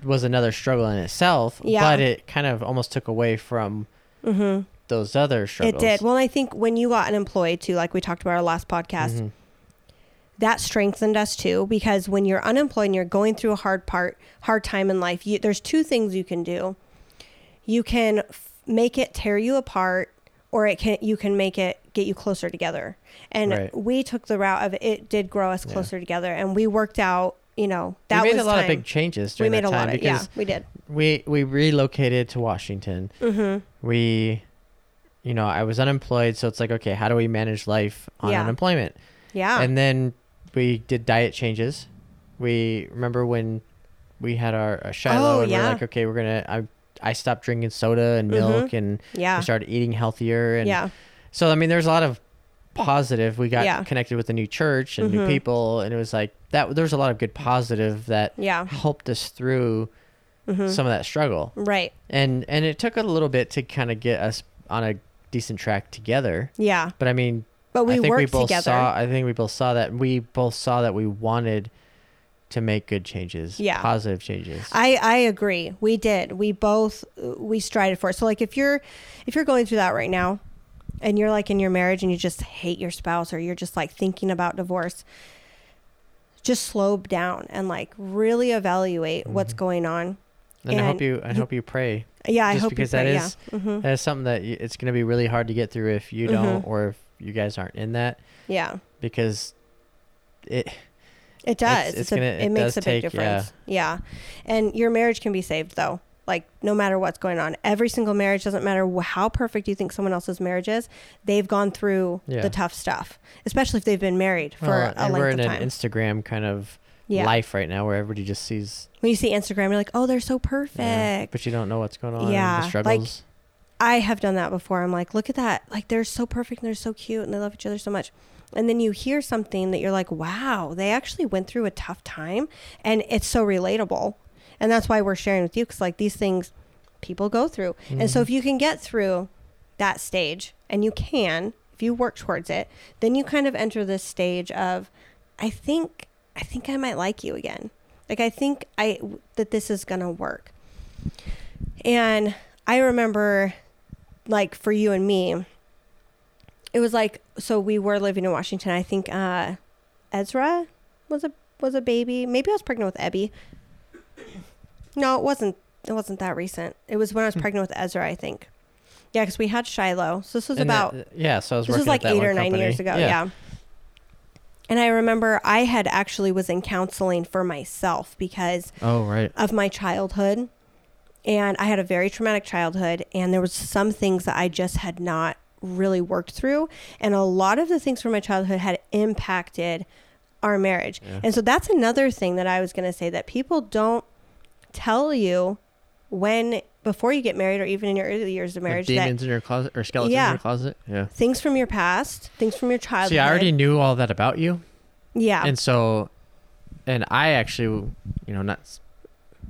S2: was another struggle in itself.
S1: Yeah. Mm-hmm.
S2: but it kind of almost took away from those other struggles.
S1: It did. Well, I think when you got unemployed too, like we talked about our last podcast,
S2: Mm-hmm.
S1: that strengthened us too. Because when you're unemployed and you're going through a hard part, hard time in life, you, there's two things you can do. You can f- make it tear you apart, or it can you can make it get you closer together. And
S2: Right.
S1: we took the route of it did grow us closer together, and we worked out. You know that
S2: we made
S1: was
S2: a lot
S1: time.
S2: of big changes
S1: we
S2: during
S1: made
S2: that
S1: a
S2: time
S1: lot of yeah
S2: because
S1: we did
S2: we we relocated to Washington. Mm-hmm. We, you know, I was unemployed, so it's like, okay, how do we manage life on
S1: Yeah.
S2: unemployment?
S1: yeah
S2: And then we did diet changes. We remember when we had our, our Shiloh,
S1: Oh,
S2: and
S1: yeah. Mm-hmm.
S2: we're like, okay, we're gonna. I I stopped drinking soda and milk, and
S1: yeah
S2: we started eating healthier. And
S1: yeah
S2: so I mean, there's a lot of positive. We got
S1: Yeah. Mm-hmm.
S2: connected with a new church and new people, and it was like that. There's a lot of good positive that
S1: Yeah. Mm-hmm.
S2: helped us through some of that struggle,
S1: right
S2: and and it took a little bit to kind of get us on a decent track together.
S1: yeah
S2: But I mean,
S1: but we
S2: I think
S1: worked
S2: we both
S1: together
S2: saw. I think we both saw that we both saw that we wanted to make good changes,
S1: Yeah.
S2: positive changes.
S1: I, I agree. We did. We both we strided for it. So like if you're if you're going through that right now and you're like in your marriage and you just hate your spouse or you're just like thinking about divorce, just slow down and like really evaluate what's
S2: Mm-hmm.
S1: going on.
S2: and, I
S1: and
S2: hope you. I
S1: you-
S2: hope you pray.
S1: Yeah, I
S2: just
S1: hope
S2: because
S1: you
S2: that
S1: pray,
S2: is
S1: yeah. Mhm.
S2: that is something that you, it's going to be really hard to get through if you
S1: Mm-hmm.
S2: don't or if you guys aren't in that
S1: yeah.
S2: because it
S1: It does. It's,
S2: It's- it's gonna-
S1: a, it,
S2: it
S1: makes
S2: does
S1: a big
S2: take-
S1: difference. Yeah. And your marriage can be saved though. Like no matter what's going on, every single marriage doesn't matter wh- how perfect you think someone else's marriage is. They've gone through
S2: Yeah.
S1: the tough stuff, especially if they've been married for
S2: well,
S1: a
S2: and we're
S1: length
S2: in
S1: of
S2: an
S1: time.
S2: Instagram kind of
S1: Yeah.
S2: life right now where everybody just sees
S1: when you see Instagram, you're like, oh, they're so
S2: you know,
S1: perfect.
S2: but you don't know what's going on and
S1: Yeah,
S2: the
S1: like-
S2: struggles
S1: I have done that before. I'm like, look at that. Like they're so perfect and they're so cute and they love each other so much. And then you hear something that you're like, wow, they actually went through a tough time and it's so relatable. And that's why we're sharing with you because like these things people go through. And so if you can get through that stage and you can, if you work towards it, then you kind of enter this stage of, I think, I think I might like you again. Like I think I that this is gonna work. And I remember, like, for you and me, it was like so we were living in Washington. I think uh, Ezra was a was a baby. Maybe I was pregnant with Ebby. No, it wasn't. It wasn't that recent. It was when I was
S2: Hmm.
S1: pregnant with Ezra. I think. Yeah, because we had Shiloh. So this was
S2: And
S1: about
S2: that- yeah so I was
S1: this was
S2: working at
S1: like
S2: that
S1: eight
S2: one
S1: or nine
S2: company.
S1: years ago. Yeah. And I remember I had actually was in counseling for myself because
S2: oh right
S1: of my childhood and i had a very traumatic childhood and there was some things that i just had not really worked through and a lot of the things from my childhood had impacted our marriage and so that's another thing that i was going to say that people don't tell you when before you get married or even in your early years of
S2: Like
S1: marriage that
S2: demons in your closet or skeletons
S1: Yeah.
S2: in your closet yeah
S1: things from your past things from your childhood
S2: see I already knew all that about you
S1: yeah
S2: and so and i actually you know not s-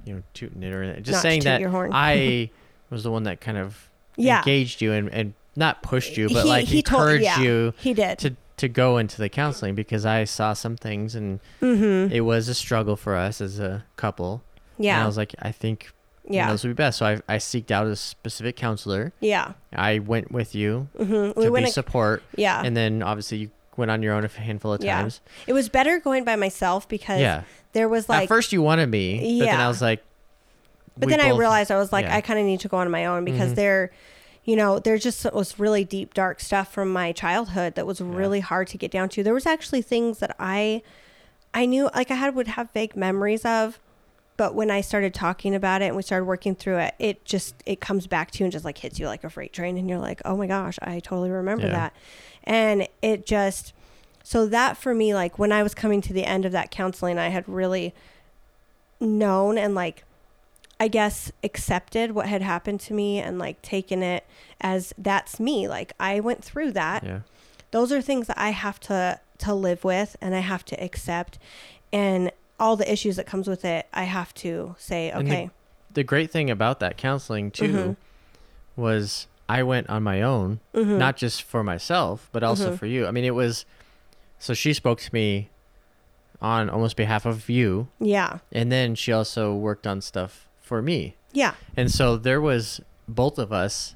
S2: you know tooting it or anything, just
S1: Not to
S2: saying
S1: toot
S2: that
S1: your horn.
S2: i was the one that kind of
S1: Yeah.
S2: engaged you and, and not pushed you but like encouraged
S1: yeah,
S2: you
S1: he did
S2: to to go into the counseling because i saw some things and it was a struggle for us as a couple And
S1: Mm-hmm. Yeah.
S2: I was like, I think yeah.
S1: yeah.
S2: those would be best. So I, I seeked out a specific counselor.
S1: yeah.
S2: I went with you
S1: hmm We
S2: to be
S1: went.
S2: support.
S1: yeah.
S2: And then obviously you went on your own a handful of
S1: yeah.
S2: times.
S1: It was better going by myself because
S2: Yeah.
S1: there was like
S2: At first you wanted me, but then
S1: Yeah.
S2: I was like,
S1: But
S2: we
S1: then I
S2: both-
S1: realized I was like,
S2: yeah. Mm-hmm.
S1: I kind of need to go on my own because there, you know, there just was really deep, dark stuff from my childhood that was really hard to get down to. There was actually things that I, I knew like I had would have vague memories of, but when I started talking about it and we started working through it, it just it comes back to you and just like hits you like a freight train, and you're like, oh my gosh, I totally remember
S2: Yeah.
S1: that, and it just. So that for me, like when I was coming to the end of that counseling, I had really known and like I guess accepted what had happened to me and like taken it as that's me. Like I went through that.
S2: yeah.
S1: Those are things that I have to to live with and I have to accept and all the issues that comes with it, I have to say,
S2: And the-
S1: okay.
S2: The great thing about that counseling too
S1: Mm-hmm.
S2: was I went on my own, not just for myself, but
S1: Mm-hmm.
S2: also for you. I mean, it was so she spoke to me on almost behalf of you,
S1: yeah.
S2: and then she also worked on stuff for me.
S1: Yeah.
S2: And so there was both of us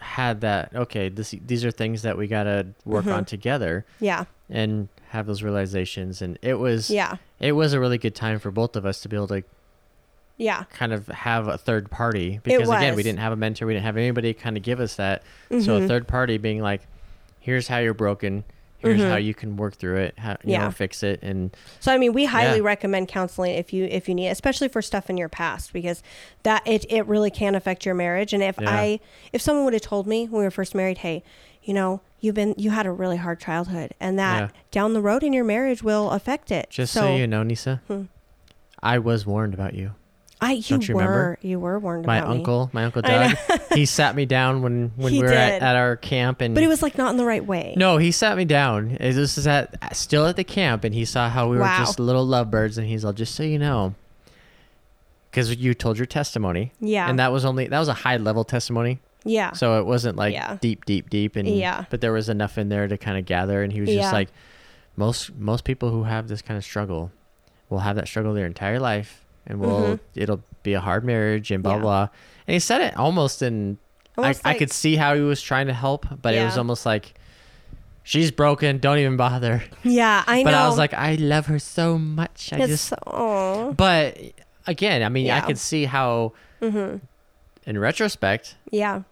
S2: had that okay, this these are things that we got to work
S1: Mm-hmm.
S2: on together
S1: Yeah.
S2: and have those realizations and it was
S1: Yeah.
S2: it was a really good time for both of us to be able to
S1: Yeah.
S2: kind of have a third party because again we
S1: was. Mm-hmm.
S2: didn't have a mentor we didn't have anybody kind of give us that so a third party being like here's how you're broken here's how you can work through it how you
S1: Mm-hmm. Yeah.
S2: know fix it and
S1: So I mean, we highly
S2: Yeah.
S1: recommend counseling if you if you need, especially for stuff in your past, because that it it really can affect your marriage. And if
S2: Yeah.
S1: I if someone would have told me when we were first married, hey, you know, you've been you had a really hard childhood, and that
S2: Yeah.
S1: down the road in your marriage will affect it.
S2: just so, you know nisa
S1: Hmm.
S2: i was warned about you
S1: I you,
S2: don't you
S1: were
S2: remember?
S1: you were warned
S2: my
S1: about me.
S2: uncle my uncle
S1: I
S2: doug he sat me down when when
S1: He
S2: we were
S1: did.
S2: at, at our camp and
S1: but it was like not in the right way.
S2: no he sat me down It- this is at still at the camp and he saw how we
S1: Wow.
S2: were just little lovebirds and he's all just so you know because you told your testimony
S1: Yeah.
S2: and that was only that was a high level testimony
S1: yeah.
S2: so it wasn't like
S1: Yeah.
S2: deep deep deep and
S1: Yeah.
S2: but there was enough in there to kind of gather and he was
S1: Yeah.
S2: just like most most people who have this kind of struggle will have that struggle their entire life and will it'll be a hard marriage and blah
S1: Mm-hmm. Yeah.
S2: blah and he said it almost in
S1: Almost
S2: I,
S1: like-
S2: I could see how he was trying to help but it was
S1: Yeah.
S2: almost like she's broken don't even bother
S1: yeah, I know.
S2: but i was like i love her so much i
S1: it's
S2: just
S1: oh
S2: but again i mean i
S1: Yeah. Mm-hmm.
S2: could see how in retrospect
S1: yeah,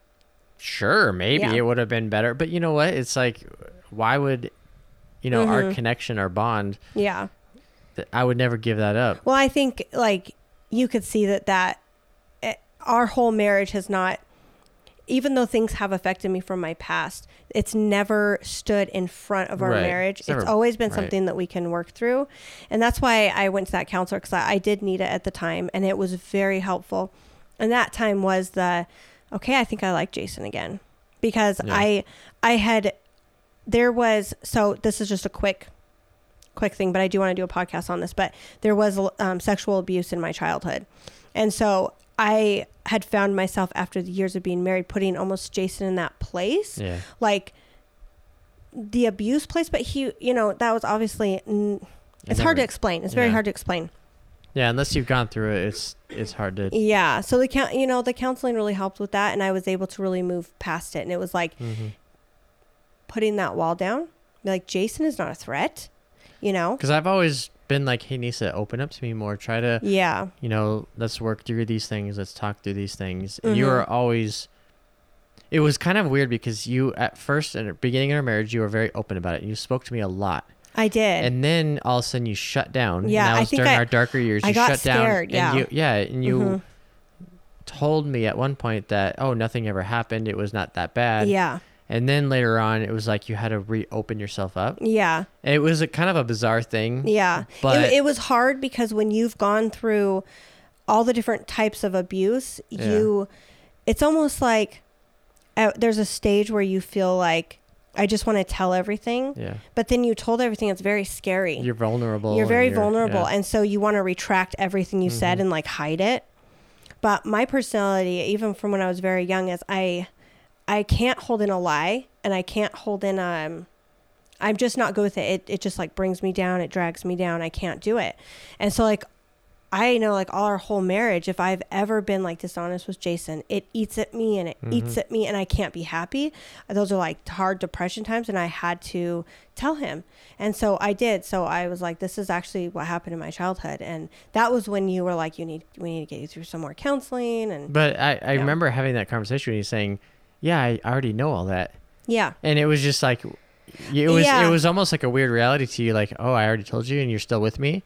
S2: sure maybe
S1: Yeah.
S2: it would have been better but you know what it's like why would you know our
S1: Mm-hmm.
S2: connection our bond
S1: yeah.
S2: th- i would never give that up
S1: Well, I think like you could see that that eh, our whole marriage has not even though things have affected me from my past, it's never stood in front of our
S2: Right.
S1: marriage. It's,
S2: It's never-
S1: always been
S2: right.
S1: something that we can work through. And that's why I went to that counselor because I, I did need it at the time and it was very helpful. And that time was the, okay, I think I like Jason again because
S2: Yeah.
S1: I, I had, there was, so this is just a quick, quick thing, but I do want to do a podcast on this, but there was um, sexual abuse in my childhood. And so I had found myself after the years of being married putting almost Jason in that place.
S2: yeah
S1: Like the abuse place, but he, you know, that was obviously n- it's hard to
S2: never-
S1: explain. It's very
S2: yeah.
S1: hard to explain.
S2: yeah unless you've gone through it it's it's hard to
S1: Yeah. So the count, you know, the counseling really helped with that and I was able to really move past it and it was like
S2: Mm-hmm.
S1: putting that wall down. Be Like Jason is not a threat, you know?
S2: because i've always been like hey nisa open up to me more try to
S1: Yeah.
S2: you know let's work through these things let's talk through these things and you
S1: Mhm.
S2: were always it was kind of weird because you at first at the beginning of our marriage you were very open about it you spoke to me a lot
S1: I did.
S2: and then all of a sudden you shut down.
S1: Yeah,
S2: and
S1: I
S2: that was
S1: think
S2: during
S1: I-
S2: our darker years.
S1: I
S2: you
S1: got
S2: shut
S1: scared,
S2: down.
S1: yeah.
S2: and you, yeah, and you
S1: Mhm.
S2: told me at one point that oh, nothing ever happened. It was not that bad.
S1: yeah.
S2: And then later on, it was like you had to reopen yourself up.
S1: Yeah.
S2: It was a kind of a bizarre thing.
S1: Yeah.
S2: But-
S1: it, it was hard because when you've gone through all the different types of abuse,
S2: Yeah.
S1: you, it's almost like uh, there's a stage where you feel like, I just want to tell everything.
S2: Yeah.
S1: But then you told everything, it's very scary.
S2: You're vulnerable.
S1: You're
S2: and
S1: very vulnerable.
S2: yeah. Mm-hmm.
S1: And so you want to retract everything you said and like hide it. But my personality, even from when I was very young, is I I can't hold in a lie and I can't hold in um I'm just not good with it. It it just like brings me down, it drags me down. I can't do it. And so like I know like all our whole marriage, if I've ever been like dishonest with Jason, it eats at me and it
S2: Mm-hmm.
S1: eats at me and I can't be happy. Those are like hard depression times and I had to tell him. And so I did. So I was like, this is actually what happened in my childhood. And that was when you were like, you need, we need to get you through some more counseling. And
S2: But I, I remember having that conversation and you saying, "Yeah, I already know all that,"
S1: yeah.
S2: and it was just like, it was
S1: Yeah.
S2: it was almost like a weird reality to you, like, "Oh, I already told you, and you're still with me." And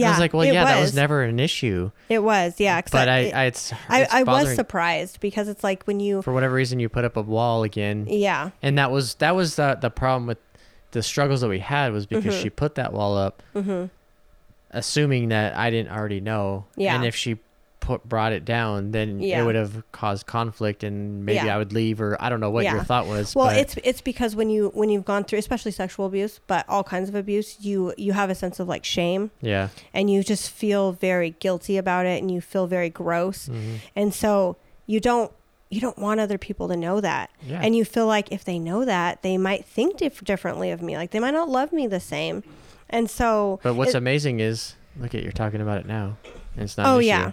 S1: Yeah.
S2: I was like, "Well,
S1: it
S2: yeah, that was never an issue,"
S1: It was. Yeah.
S2: but
S1: except
S2: I,
S1: it-
S2: I it's,
S1: I,
S2: it's
S1: I was
S2: bothering-
S1: surprised because it's like when you,
S2: for whatever reason you put up a wall again,
S1: yeah.
S2: and that was that was the the problem with the struggles that we had was because
S1: Mm-hmm.
S2: she put that wall up, assuming that I didn't already know,
S1: Yeah.
S2: and if she put brought it down, then
S1: Yeah.
S2: it would have caused conflict, and maybe
S1: Yeah.
S2: I would leave, or I don't know what
S1: Yeah.
S2: your thought was.
S1: Well,
S2: but
S1: it's it's because when you when you've gone through especially sexual abuse, but all kinds of abuse, you you have a sense of like shame
S2: yeah,
S1: and you just feel very guilty about it and you feel very gross.
S2: Mm-hmm.
S1: And so you don't you don't want other people to know that.
S2: Yeah.
S1: And you feel like if they know that, they might think dif- differently of me. Like they might not love me the same. And so
S2: but what's
S1: it-
S2: amazing is look at you're talking about it now, and it's not. an
S1: Oh
S2: issue.
S1: yeah.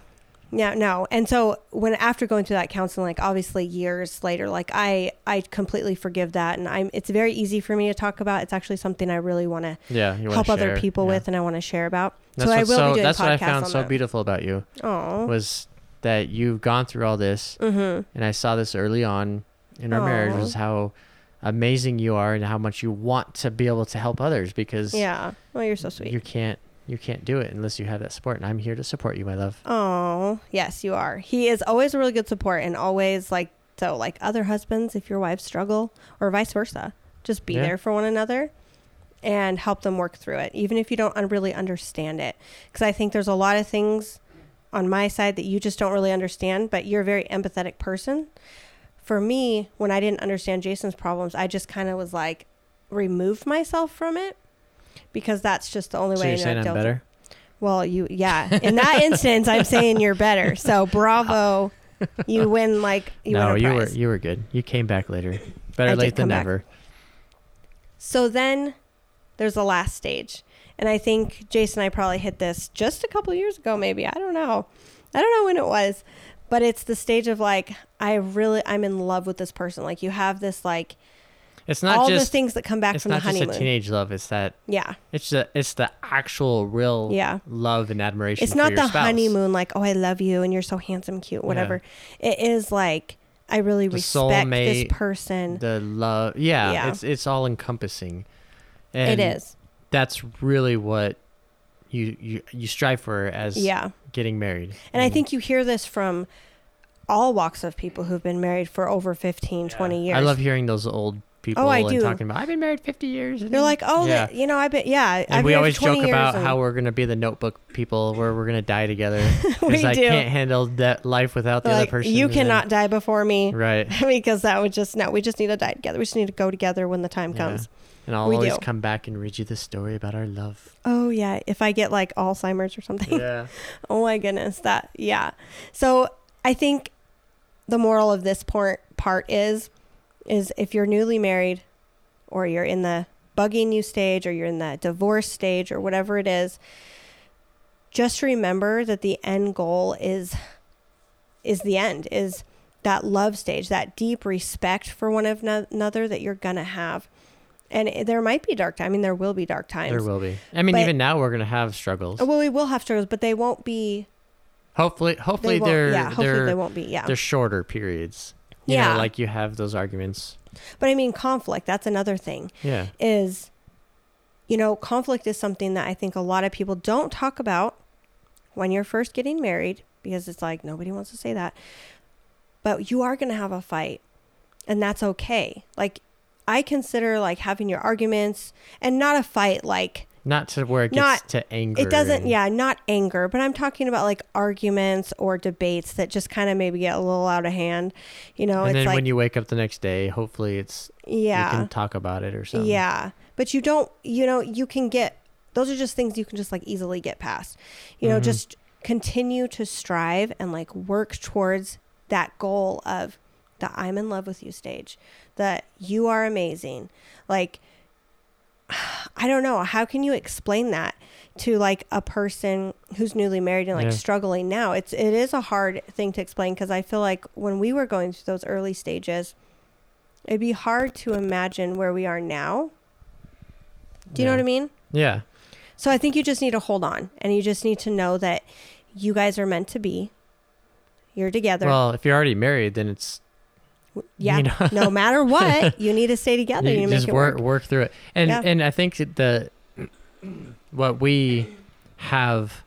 S1: Yeah, no. And so when after going through that counseling, like obviously years later, like I I completely forgive that and I'm it's very easy for me to talk about. It's actually something I really want to
S2: yeah, you wanna
S1: help other
S2: share,
S1: people
S2: yeah.
S1: with and I want to share about.
S2: That's
S1: so I
S2: what's
S1: will
S2: so,
S1: be doing
S2: that's
S1: podcasts
S2: what I found
S1: on
S2: so
S1: that. Oh.
S2: beautiful about you
S1: Aw. Mm-hmm.
S2: was that you've gone through all this, and I saw this early on in our marriage
S1: Aw.
S2: was how amazing you are and how much you want to be able to help others because
S1: Yeah. Oh, you're so sweet.
S2: you can't you can't do it unless you have that support, and I'm here to support you, my love.
S1: Oh, yes, you are. He is always a really good support and always like so like other husbands if your wives struggle or vice versa, just be
S2: Yeah.
S1: there for one another and help them work through it even if you don't un- really understand it because I think there's a lot of things on my side that you just don't really understand, but you're a very empathetic person. For me, when I didn't understand Jason's problems, I just kind of was like removed myself from it because that's just the only
S2: So
S1: way
S2: you're
S1: I know
S2: saying
S1: I've
S2: I'm
S1: dealt-
S2: better?
S1: well, you yeah. In that instance, I'm saying you're better. So bravo, you win. Like you
S2: no,
S1: win a
S2: you were
S1: prize.
S2: you were good. You came back later. Better
S1: did
S2: late
S1: come
S2: than
S1: back.
S2: never.
S1: So then, there's the last stage, and I think Jason and I probably hit this just a couple years ago. Maybe I don't know. I don't know when it was, but it's the stage of like I really I'm in love with this person. Like you have this like
S2: It's not
S1: all the
S2: just
S1: things that come back
S2: it's
S1: from the
S2: not just a
S1: honeymoon.
S2: teenage love. It's that
S1: yeah.
S2: it's the it's the actual real
S1: Yeah.
S2: love and admiration.
S1: it's
S2: for
S1: not
S2: your
S1: the
S2: spouse.
S1: honeymoon like oh i love you and you're so handsome cute whatever it is like i really
S2: The
S1: respect this
S2: soulmate,
S1: person
S2: the love yeah,
S1: Yeah.
S2: it's it's all encompassing
S1: it
S2: and
S1: is
S2: that's really what you you you strive for as
S1: yeah
S2: getting married Mm-hmm.
S1: and i think you hear this from all walks of people who've been married for over 15 20 years Oh,
S2: i love hearing those old people
S1: I
S2: and
S1: do.
S2: talking about i've been married 50 years and
S1: they're like oh
S2: yeah.
S1: that- you know i've been yeah
S2: and
S1: I've
S2: we
S1: been married
S2: always
S1: for 20
S2: joke
S1: years
S2: about
S1: and-
S2: how we're gonna be the notebook people, where we're gonna die together.
S1: We
S2: Because I
S1: do.
S2: can't handle that life without the
S1: like,
S2: other person.
S1: you
S2: and then-
S1: cannot die before me
S2: right?
S1: because that would just no we just need to die together we just need to go together when the time
S2: Yeah.
S1: comes
S2: And I'll
S1: We
S2: always
S1: do.
S2: come back and read you the story about our love.
S1: oh yeah if i get like alzheimer's or something
S2: Yeah.
S1: Oh my goodness, that yeah. So I think the moral of this part part is is if you're newly married or you're in the bugging you stage or you're in the divorce stage or whatever it is, just remember that the end goal is is the end is that love stage, that deep respect for one of no- another that you're gonna have. And it- there might be dark time. I mean, there will be dark times.
S2: There will be. I mean,
S1: But-
S2: even now we're gonna have struggles.
S1: Well, we will have struggles, but they won't be
S2: Hopefully,
S1: they
S2: hopefully
S1: won't,
S2: they are
S1: yeah, hopefully
S2: they're
S1: they won't be. Yeah.
S2: they're shorter periods. You
S1: Yeah.
S2: know, like you have those arguments.
S1: But I mean, conflict, that's another thing,
S2: Yeah.
S1: is, you know, conflict is something that I think a lot of people don't talk about when you're first getting married because it's like nobody wants to say that. But you are going to have a fight, and that's okay. Like, I consider like having your arguments and not a fight like
S2: Not to where it gets
S1: Not-
S2: to anger.
S1: it doesn't
S2: and-
S1: yeah not anger but i'm talking about like arguments or debates that just kind of maybe get a little out of hand you know
S2: and
S1: it's
S2: then
S1: like
S2: when you wake up the next day, hopefully it's
S1: yeah
S2: you can talk about it or something.
S1: Yeah. But you don't, you know, you can get, those are just things you can just like easily get past. You know, just continue to strive and like work towards that goal of the I'm in love with you stage, that you are amazing. Like, I don't know. How can you explain that to like a person who's newly married and like
S2: Yeah.
S1: struggling now? It's it is a hard thing to explain because I feel like when we were going through those early stages, it'd be hard to imagine where we are now. Do you know
S2: Yeah.
S1: what I mean?
S2: Yeah.
S1: So I think you just need to hold on and you just need to know that you guys are meant to be. You're together.
S2: Well, if you're already married, then it's
S1: yeah.
S2: you know.
S1: no matter what, you need to stay together. You,
S2: you
S1: need to
S2: just
S1: make it work.
S2: work, work through it. And
S1: Yeah.
S2: and I think that the what we have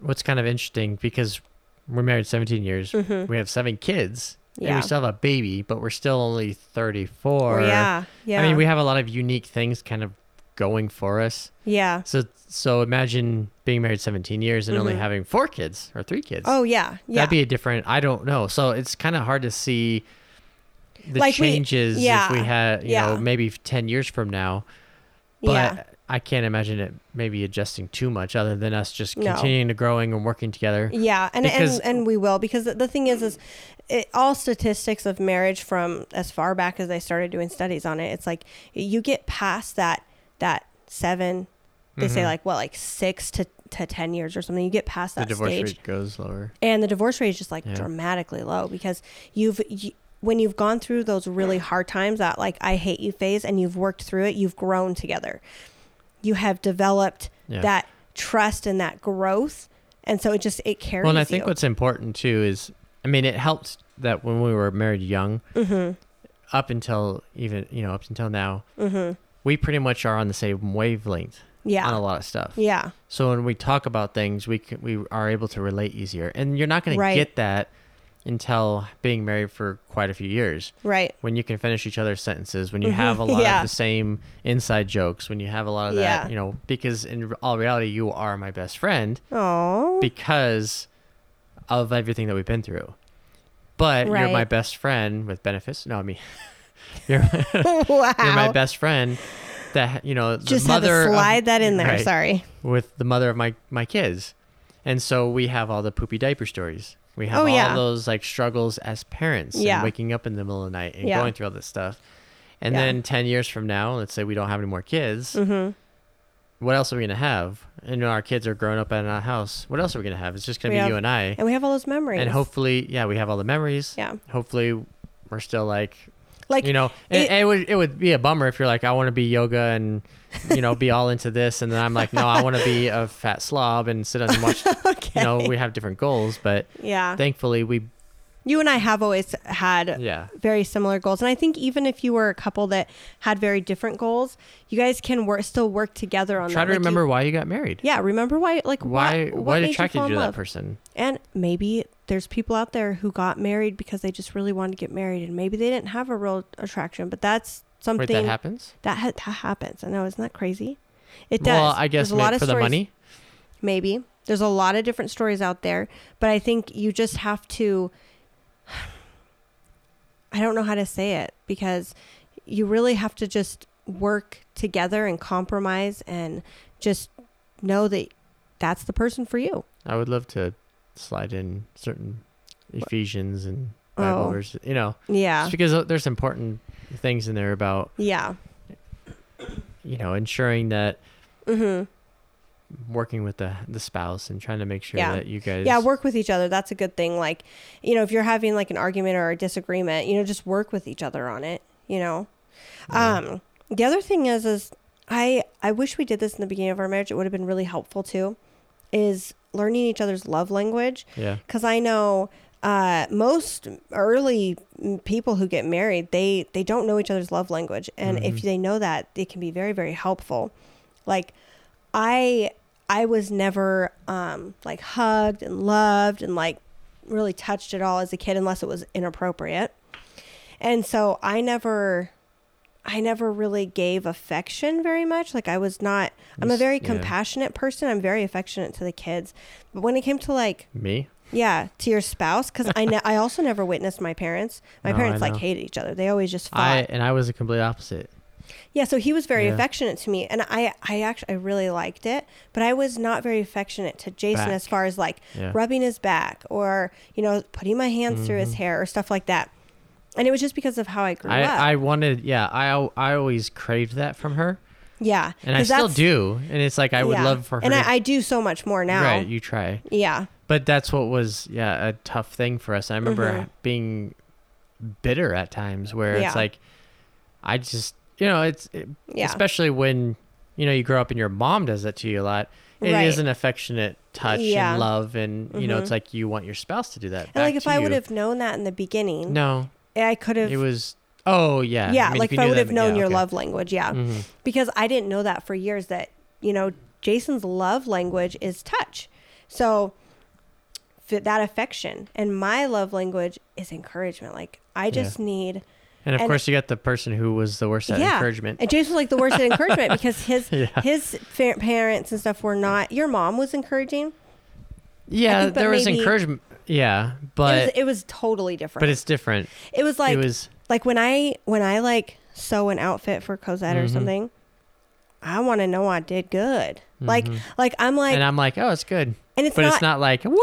S2: what's kind of interesting because we're married 17 years. We have seven kids. And
S1: Mm-hmm. Yeah.
S2: we still have a baby, but we're still only 34.
S1: yeah. Yeah.
S2: I mean, we have a lot of unique things kind of going for us.
S1: yeah.
S2: So so imagine being married 17 years and only
S1: Mhm.
S2: having four kids or three kids.
S1: Oh yeah. Yeah.
S2: That'd be a different. I don't know. So it's kind of hard to see the
S1: Like we-
S2: changes if we
S1: yeah,
S2: had, you
S1: yeah.
S2: know, maybe ten years from now. But
S1: yeah.
S2: I can't imagine it maybe adjusting too much, other than us just
S1: No.
S2: continuing to growing and working together.
S1: Yeah, and,
S2: Because-
S1: and and we will because the- the thing is is it, all statistics of marriage from as far back as I started doing studies on it, it's like you get past that that seven, they say like what like six to to ten years or something. You get past
S2: Mm-hmm. The
S1: that
S2: divorce
S1: stage,
S2: rate goes lower.
S1: and the divorce rate is just like
S2: Yeah.
S1: dramatically low because you've you, when you've gone through those really hard times that like I hate you phase and you've worked through it, you've grown together. You have developed
S2: Yeah.
S1: that trust and that growth. And so it just it carries.
S2: well, and I think
S1: you.
S2: what's important too is, I mean, it helped that when we were married young,
S1: Mm-hmm.
S2: up until even you know up until now, we pretty much are on the same wavelength
S1: Mm-hmm. Yeah.
S2: on a lot of stuff.
S1: Yeah.
S2: So when we talk about things, we can, we are able to relate easier, and you're not going
S1: Right.
S2: to get that until being married for quite a few years.
S1: Right.
S2: When you can finish each other's sentences, when you have a lot
S1: Mm-hmm. Yeah.
S2: of the same inside jokes, when you have a lot of that,
S1: Yeah.
S2: you know, because in all reality, you are my best friend
S1: Oh.
S2: because of everything that we've been through. But you're my
S1: Right.
S2: best friend with benefits. No, I mean, you're,
S1: wow.
S2: you're my best friend. That you know, the
S1: Just had
S2: mother
S1: to
S2: of-
S1: slide that in there.
S2: Right
S1: Sorry.
S2: with the mother of my my kids and so we have all the poopy diaper stories we have
S1: Oh,
S2: all
S1: yeah.
S2: those like struggles as parents
S1: Yeah.
S2: and waking up in the middle of the night and
S1: Yeah.
S2: going through all this stuff and
S1: Yeah. Mm.
S2: then 10 years from now let's say we don't have any more kids
S1: Mm-hmm.
S2: what else are we going to have and our kids are grown up in our house what else are we going to have it's just going
S1: We
S2: to be
S1: have-
S2: you and i
S1: And we have all those memories.
S2: and hopefully yeah we have all the memories
S1: Yeah.
S2: hopefully we're still like
S1: Like
S2: you know,
S1: it-
S2: it, it would it would be a bummer if you're like, I want to be yoga and you know be all into this, and then I'm like, no, I want to be a fat slob and sit and watch.
S1: Okay. Uh-huh.
S2: You know, we have different goals, but
S1: yeah.
S2: thankfully we
S1: you and I have always had
S2: yeah
S1: very similar goals. And I think even if you were a couple that had very different goals, you guys can work still work together on
S2: try
S1: that.
S2: to
S1: Like, you-
S2: remember why you got married.
S1: yeah, remember why like
S2: Why
S1: what,
S2: what,
S1: what made
S2: attracted
S1: you, fall
S2: you, to
S1: in
S2: that
S1: love?
S2: person?
S1: And maybe there's people out there who got married because they just really wanted to get married and maybe they didn't have a real attraction, but that's
S2: Wait,
S1: something
S2: that happens.
S1: that, ha- that happens. I know, isn't that crazy? It does.
S2: Well, I guess
S1: There's a
S2: ma-
S1: lot of
S2: for the
S1: stories-
S2: money.
S1: Maybe. There's a lot of different stories out there, but I think you just have to I don't know how to say it because you really have to just work together and compromise and just know that that's the person for you.
S2: I would love to slide in certain Ephesians and Bible
S1: Oh.
S2: verses. You know,
S1: Yeah.
S2: just because uh, there's important things in there about
S1: Yeah.
S2: you know ensuring that
S1: Mm-hmm.
S2: working with the the spouse and trying to make sure
S1: Yeah.
S2: that you guys
S1: Yeah, work with each other. That's a good thing. Like, you know, if you're having like an argument or a disagreement, you know, just work with each other on it, you know. Um the other thing is is I I wish we did this in the beginning of our marriage. It would have been really helpful too is learning each other's love language
S2: yeah
S1: cuz I know uh, most early m- people who get married, they they don't know each other's love language, and if
S2: Mm-hmm.
S1: they know that, it can be very very helpful. Like, I I was never um, like hugged and loved and like really touched at all as a kid, unless it was inappropriate. And so I never I never really gave affection very much. Like I was not. I'm a
S2: Yes,
S1: very
S2: yeah.
S1: compassionate person. I'm very affectionate to the kids, but when it came to like
S2: me
S1: yeah, to your spouse because I ne- I also never witnessed my parents. My
S2: No,
S1: parents
S2: I
S1: like
S2: know.
S1: hated each other. They always just fought.
S2: I and I was the complete opposite
S1: yeah, so he was very
S2: Yeah.
S1: affectionate to me, and I I actually I really liked it, but I was not very affectionate to Jason
S2: Back.
S1: as far as like
S2: Yeah.
S1: rubbing his back or you know putting my hands through his hair or stuff like that. And it was just because of how I grew
S2: Mm-hmm. I
S1: up.
S2: I wanted yeah I al- I always craved that from her
S1: Yeah.
S2: And I
S1: 'cause
S2: still
S1: that's-
S2: do. And it's like I would
S1: yeah.
S2: love for her
S1: And
S2: to-
S1: I, I do so much more now.
S2: Right, you try.
S1: Yeah.
S2: But that's what was yeah, a tough thing for us. I remember being bitter at times where
S1: Mm-hmm. Yeah.
S2: it's like I just, you know, it's it,
S1: Yeah.
S2: especially when you know you grow up and your mom does that to you a lot. It
S1: Right.
S2: is an affectionate touch
S1: Yeah. Mm-hmm.
S2: and love and you know, it's like you want your spouse to do that.
S1: And like
S2: back
S1: if
S2: to
S1: I
S2: you.
S1: would have known that in the beginning,
S2: No.
S1: I could have
S2: It was Oh, yeah.
S1: yeah,
S2: mean,
S1: like
S2: you
S1: if I
S2: knew
S1: would
S2: that-
S1: have known
S2: yeah,
S1: your
S2: okay. Mm-hmm.
S1: love language, yeah. Because I didn't know that for years that, you know, Jason's love language is touch. So f- that affection and my love language is encouragement. Like I just need
S2: And of
S1: and-
S2: course you got the person who was the worst at
S1: yeah.
S2: encouragement.
S1: And Jason was like the worst at encouragement because his
S2: Yeah.
S1: his fa- parents and stuff were not your mom was encouraging.
S2: yeah,
S1: think that
S2: there was
S1: maybe-
S2: encouragement. Yeah,
S1: it,
S2: but
S1: was, it was totally different.
S2: but it's different.
S1: It was like
S2: it was
S1: like when I when I like sew an outfit for Cosette
S2: Mm-hmm.
S1: or something, I want to know I did good. Like like I'm like
S2: mm-hmm. and I'm like, oh, it's good.
S1: And it's
S2: but
S1: not-
S2: it's not like, woo,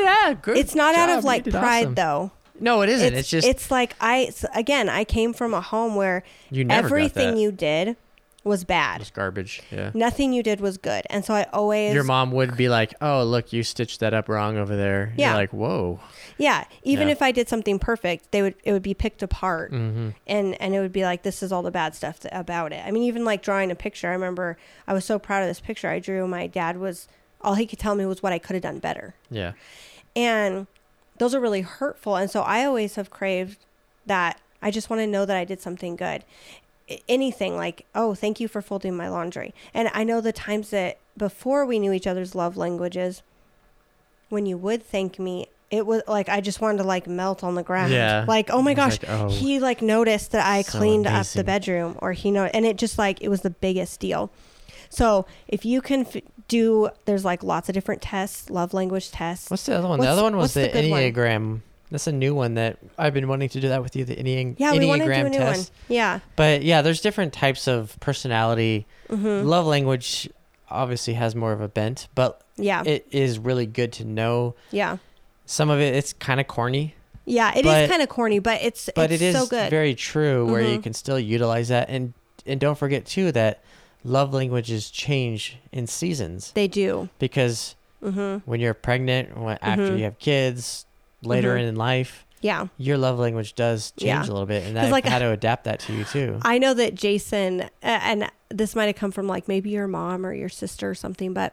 S2: yeah, good.
S1: it's not out
S2: job,
S1: of
S2: you
S1: like
S2: did
S1: pride
S2: awesome."
S1: though.
S2: No, it isn't. It's, just
S1: it's like I s- again I came from a home where
S2: You never got
S1: everything
S2: that.
S1: you did was bad.
S2: it's garbage. Yeah.
S1: Nothing you did was good, and so I always
S2: Your mom would be like, oh, look, you stitched that up wrong over there.
S1: Yeah.
S2: You're like, whoa.
S1: yeah. Even
S2: Yeah. Mm.
S1: if I did something perfect, they would it would be picked apart,
S2: Mm-hmm.
S1: and and it would be like this is all the bad stuff th- about it. I mean, even like drawing a picture. I remember I was so proud of this picture I drew. My dad was all he could tell me was what I could have done better.
S2: Yeah.
S1: And those are really hurtful. And so I always have craved that. I just want to know that I did something good. I- Anything like, oh, thank you for folding my laundry. And I know the times that before we knew each other's love languages, when you would thank me, it was like I just wanted to like melt on the ground.
S2: Yeah.
S1: Like, oh my
S2: It was
S1: gosh,
S2: like, oh,
S1: he like noticed that I
S2: so
S1: cleaned up the
S2: amazing.
S1: bedroom, or he know, and it just like it was the biggest deal. So if you can f- do, there's like lots of different tests, love language tests.
S2: What's the other one?
S1: What's-
S2: the other one
S1: what's
S2: was
S1: the
S2: the,
S1: good one?
S2: Enneagram. That's a new one that I've been wanting to do that with you, the Enne-
S1: Yeah,
S2: Enneagram
S1: we want to do a new
S2: test.
S1: one. Yeah.
S2: But yeah, there's different types of personality.
S1: Mm-hmm.
S2: Love language obviously has more of a bent, but
S1: Yeah.
S2: it is really good to know.
S1: yeah.
S2: Some of it, it's kind of corny,
S1: Yeah. It is
S2: But-
S1: kind of corny, but it's
S2: but
S1: it's
S2: it is
S1: so good. Mm-hmm.
S2: very true where you can still utilize that. And and don't forget too that love languages change in seasons
S1: they do. Mm-hmm.
S2: because when you're pregnant, when, after you have kids, later in life,
S1: Yeah.
S2: your love language does
S1: Mm-hmm. Yeah.
S2: change a little bit, and
S1: 'Cause,
S2: I've
S1: like,
S2: had to adapt that to you too.
S1: I know that Jason uh, and this might have come from like maybe your mom or your sister or something, but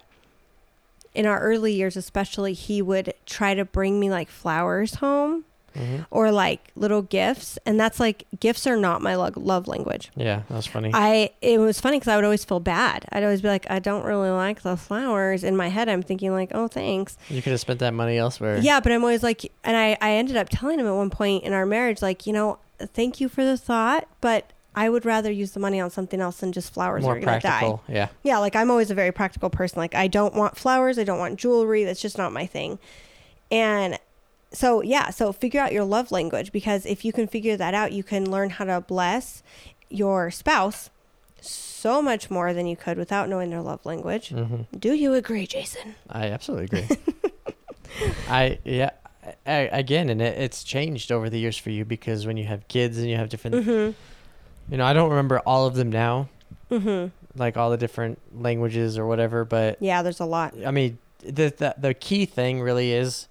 S1: in our early years especially he would try to bring me like flowers home
S2: Mm-hmm.
S1: or like little gifts and that's like gifts are not my lo- love language.
S2: yeah, that was funny.
S1: I it was funny because I would always feel bad. I'd always be like, I don't really like the flowers. In my head, I'm thinking like, oh, thanks.
S2: you could have spent that money elsewhere.
S1: Yeah, but I'm always like, and I, I ended up telling him at one point in our marriage, like, you know, thank you for the thought, but I would rather use the money on something else than just flowers
S2: more
S1: are going to die.
S2: practical. Yeah,
S1: Yeah, like I'm always a very practical person. Like, I don't want flowers, I don't want jewelry. That's just not my thing. And so, yeah, so figure out your love language because if you can figure that out, you can learn how to bless your spouse so much more than you could without knowing their love language. Do you agree, Jason?
S2: Mm-hmm. I absolutely agree. I yeah. I- I, again, and it, it's changed over the years for you because when you have kids and you have different,
S1: Mm-hmm.
S2: you know, I don't remember all of them now, mm-hmm. like all the different languages or whatever. But
S1: Yeah, there's a lot. Mm-hmm.
S2: I mean, the the, the key thing really is,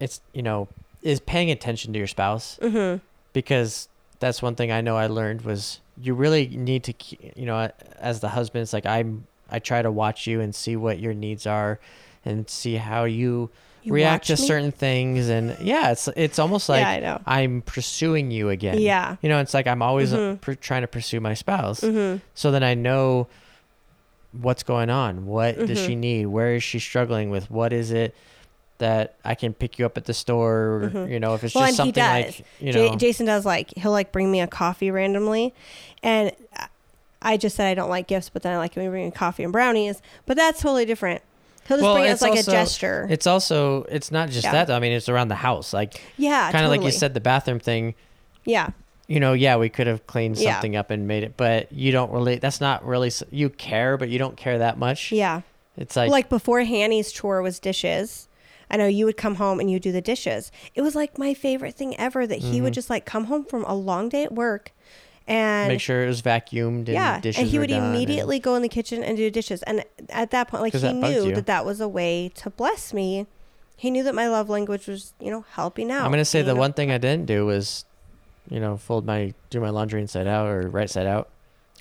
S2: it's you know, is paying attention to your spouse because that's one thing I know I learned was you really need to, ke- you know, as the husband, it's like I'm I try to watch you and see what your needs are, and see how you,
S1: You
S2: react to
S1: watch me?
S2: certain things, and yeah, it's it's almost like
S1: Yeah, I know.
S2: am pursuing you again.
S1: Yeah. Mm-hmm.
S2: you know, it's like I'm always uh, pr- trying to pursue my spouse, so then I know what's going on. What does
S1: Mm-hmm.
S2: she need? Where is she struggling with? What is it? That I can pick you up at the store, or,
S1: Mm-hmm.
S2: you know, if it's just something like, you know,
S1: Ja- Jason does like he'll like bring me a coffee randomly, and I- I just said I don't like gifts, but then I like when he bring me coffee and brownies. But that's totally different. He'll just bring it as like a gesture.
S2: It's also it's not just
S1: Yeah.
S2: that. though. I mean, it's around the house, like
S1: yeah,
S2: kind of like
S1: totally.
S2: you said, the bathroom thing.
S1: Yeah,
S2: You know, yeah, we could have cleaned
S1: Yeah.
S2: something up and made it, but you don't really. That's not really s- you care, but you don't care that much.
S1: yeah.
S2: it's like,
S1: Like before, Hanny's chore was dishes. I know you would come home and you do the
S2: Mm-hmm.
S1: dishes. It was like my favorite thing ever that he would just like come home from a long day at work, and
S2: make sure it was vacuumed and
S1: yeah,
S2: dishes
S1: and he
S2: were
S1: would
S2: done and-
S1: immediately go in the kitchen and do dishes. And at that point, like
S2: 'Cause
S1: he
S2: that bugged
S1: knew
S2: you.
S1: that that was a way to bless me. He knew that my love language was, you know, helping out.
S2: I'm gonna say
S1: you
S2: the
S1: know?
S2: one thing I didn't do was, you know, fold my do my laundry inside out or right side out,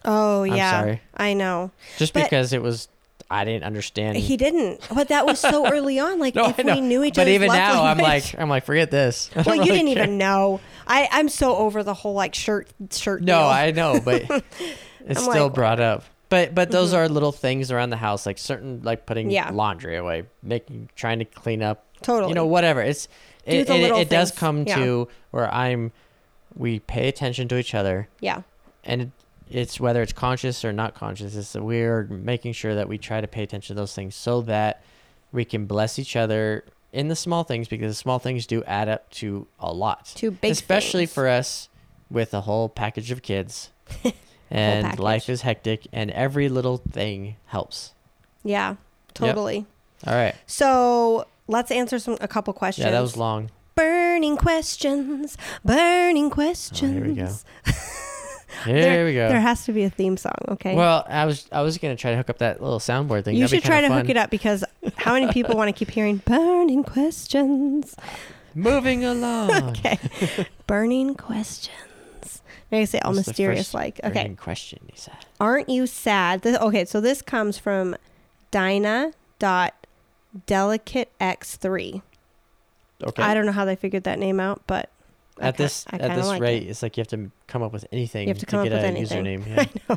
S1: Oh
S2: I'm
S1: yeah,
S2: sorry.
S1: I know.
S2: just
S1: But-
S2: because it was I didn't understand.
S1: He didn't, but that was so early on. Like
S2: no,
S1: if
S2: I know.
S1: we knew each other,
S2: but even now I'm like I'm like forget this. I
S1: well,
S2: don't
S1: you
S2: really
S1: didn't
S2: care.
S1: even know. I I'm so over the whole like shirt shirt.
S2: No,
S1: deal.
S2: I know, but it's
S1: I'm
S2: still
S1: like- Mm-hmm.
S2: brought up. But but those are little things around the house, like certain like putting
S1: Yeah.
S2: laundry away, making trying to clean up,
S1: totally.
S2: you know, whatever. It's
S1: Do
S2: it
S1: the
S2: it,
S1: little
S2: it does
S1: things,
S2: come
S1: yeah.
S2: to where I'm we pay attention to each other,
S1: yeah,
S2: and it, it's whether it's conscious or not conscious. It's that we're making sure that we try to pay attention to those things so that we can bless each other in the small things because the small things do add up to a lot
S1: two big.
S2: especially
S1: things.
S2: for us with a whole package of kids and
S1: package.
S2: life is hectic and every little thing helps
S1: yeah, totally.
S2: all right
S1: So let's answer some a couple questions.
S2: yeah that was long
S1: burning questions, burning questions.
S2: Oh, here we go. here
S1: There-
S2: we go
S1: There has to be a theme song, okay?
S2: well i was i was gonna try to hook up that little soundboard thing
S1: you
S2: That'd
S1: should
S2: be
S1: try to
S2: kinda
S1: hook it up because how many people want to keep hearing burning questions?
S2: fun. moving along
S1: Okay. burning questions. Now you say all
S2: That's the
S1: mysterious
S2: first
S1: like. Okay.
S2: burning question he said
S1: Aren't you sad? This, okay, so this comes from Dinah dot delicate x 3
S2: okay
S1: I don't know how they figured that name out, but I
S2: at
S1: ki-
S2: this
S1: I
S2: at
S1: kinda
S2: this
S1: like it.
S2: rate it's like you have to come up with anything
S1: You have to come up
S2: get
S1: with
S2: a
S1: anything.
S2: username yeah.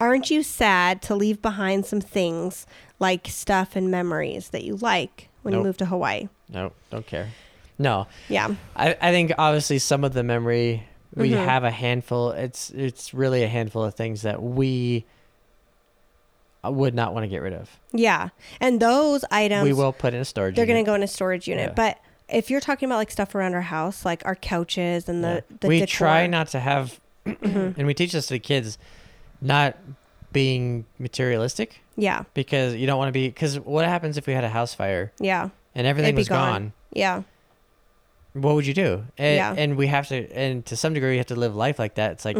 S1: Aren't you sad to leave behind some things like stuff and memories that you like when you
S2: Nope.
S1: move to Hawaii?
S2: no don't care no
S1: Yeah.
S2: I, I think obviously some of the memory we
S1: Mhm.
S2: have a handful. It's it's really a handful of things that we uh, would not want to get rid of.
S1: Yeah. And those items
S2: we will put in a storage.
S1: they're going
S2: unit.
S1: to go in a storage unit.
S2: Yeah.
S1: But if you're talking about like stuff around our house, like our couches and the,
S2: Yeah.
S1: the Mm-hmm.
S2: we
S1: decor,
S2: try not to have, and we teach this to the kids, not being materialistic
S1: Yeah.
S2: because you don't want to be. Because what happens if we had a house fire
S1: Yeah.
S2: and everything
S1: be
S2: was
S1: gone.
S2: gone.
S1: Yeah.
S2: What would you do? And,
S1: Yeah.
S2: and we have to, and to some degree, we have to live life like that. It's like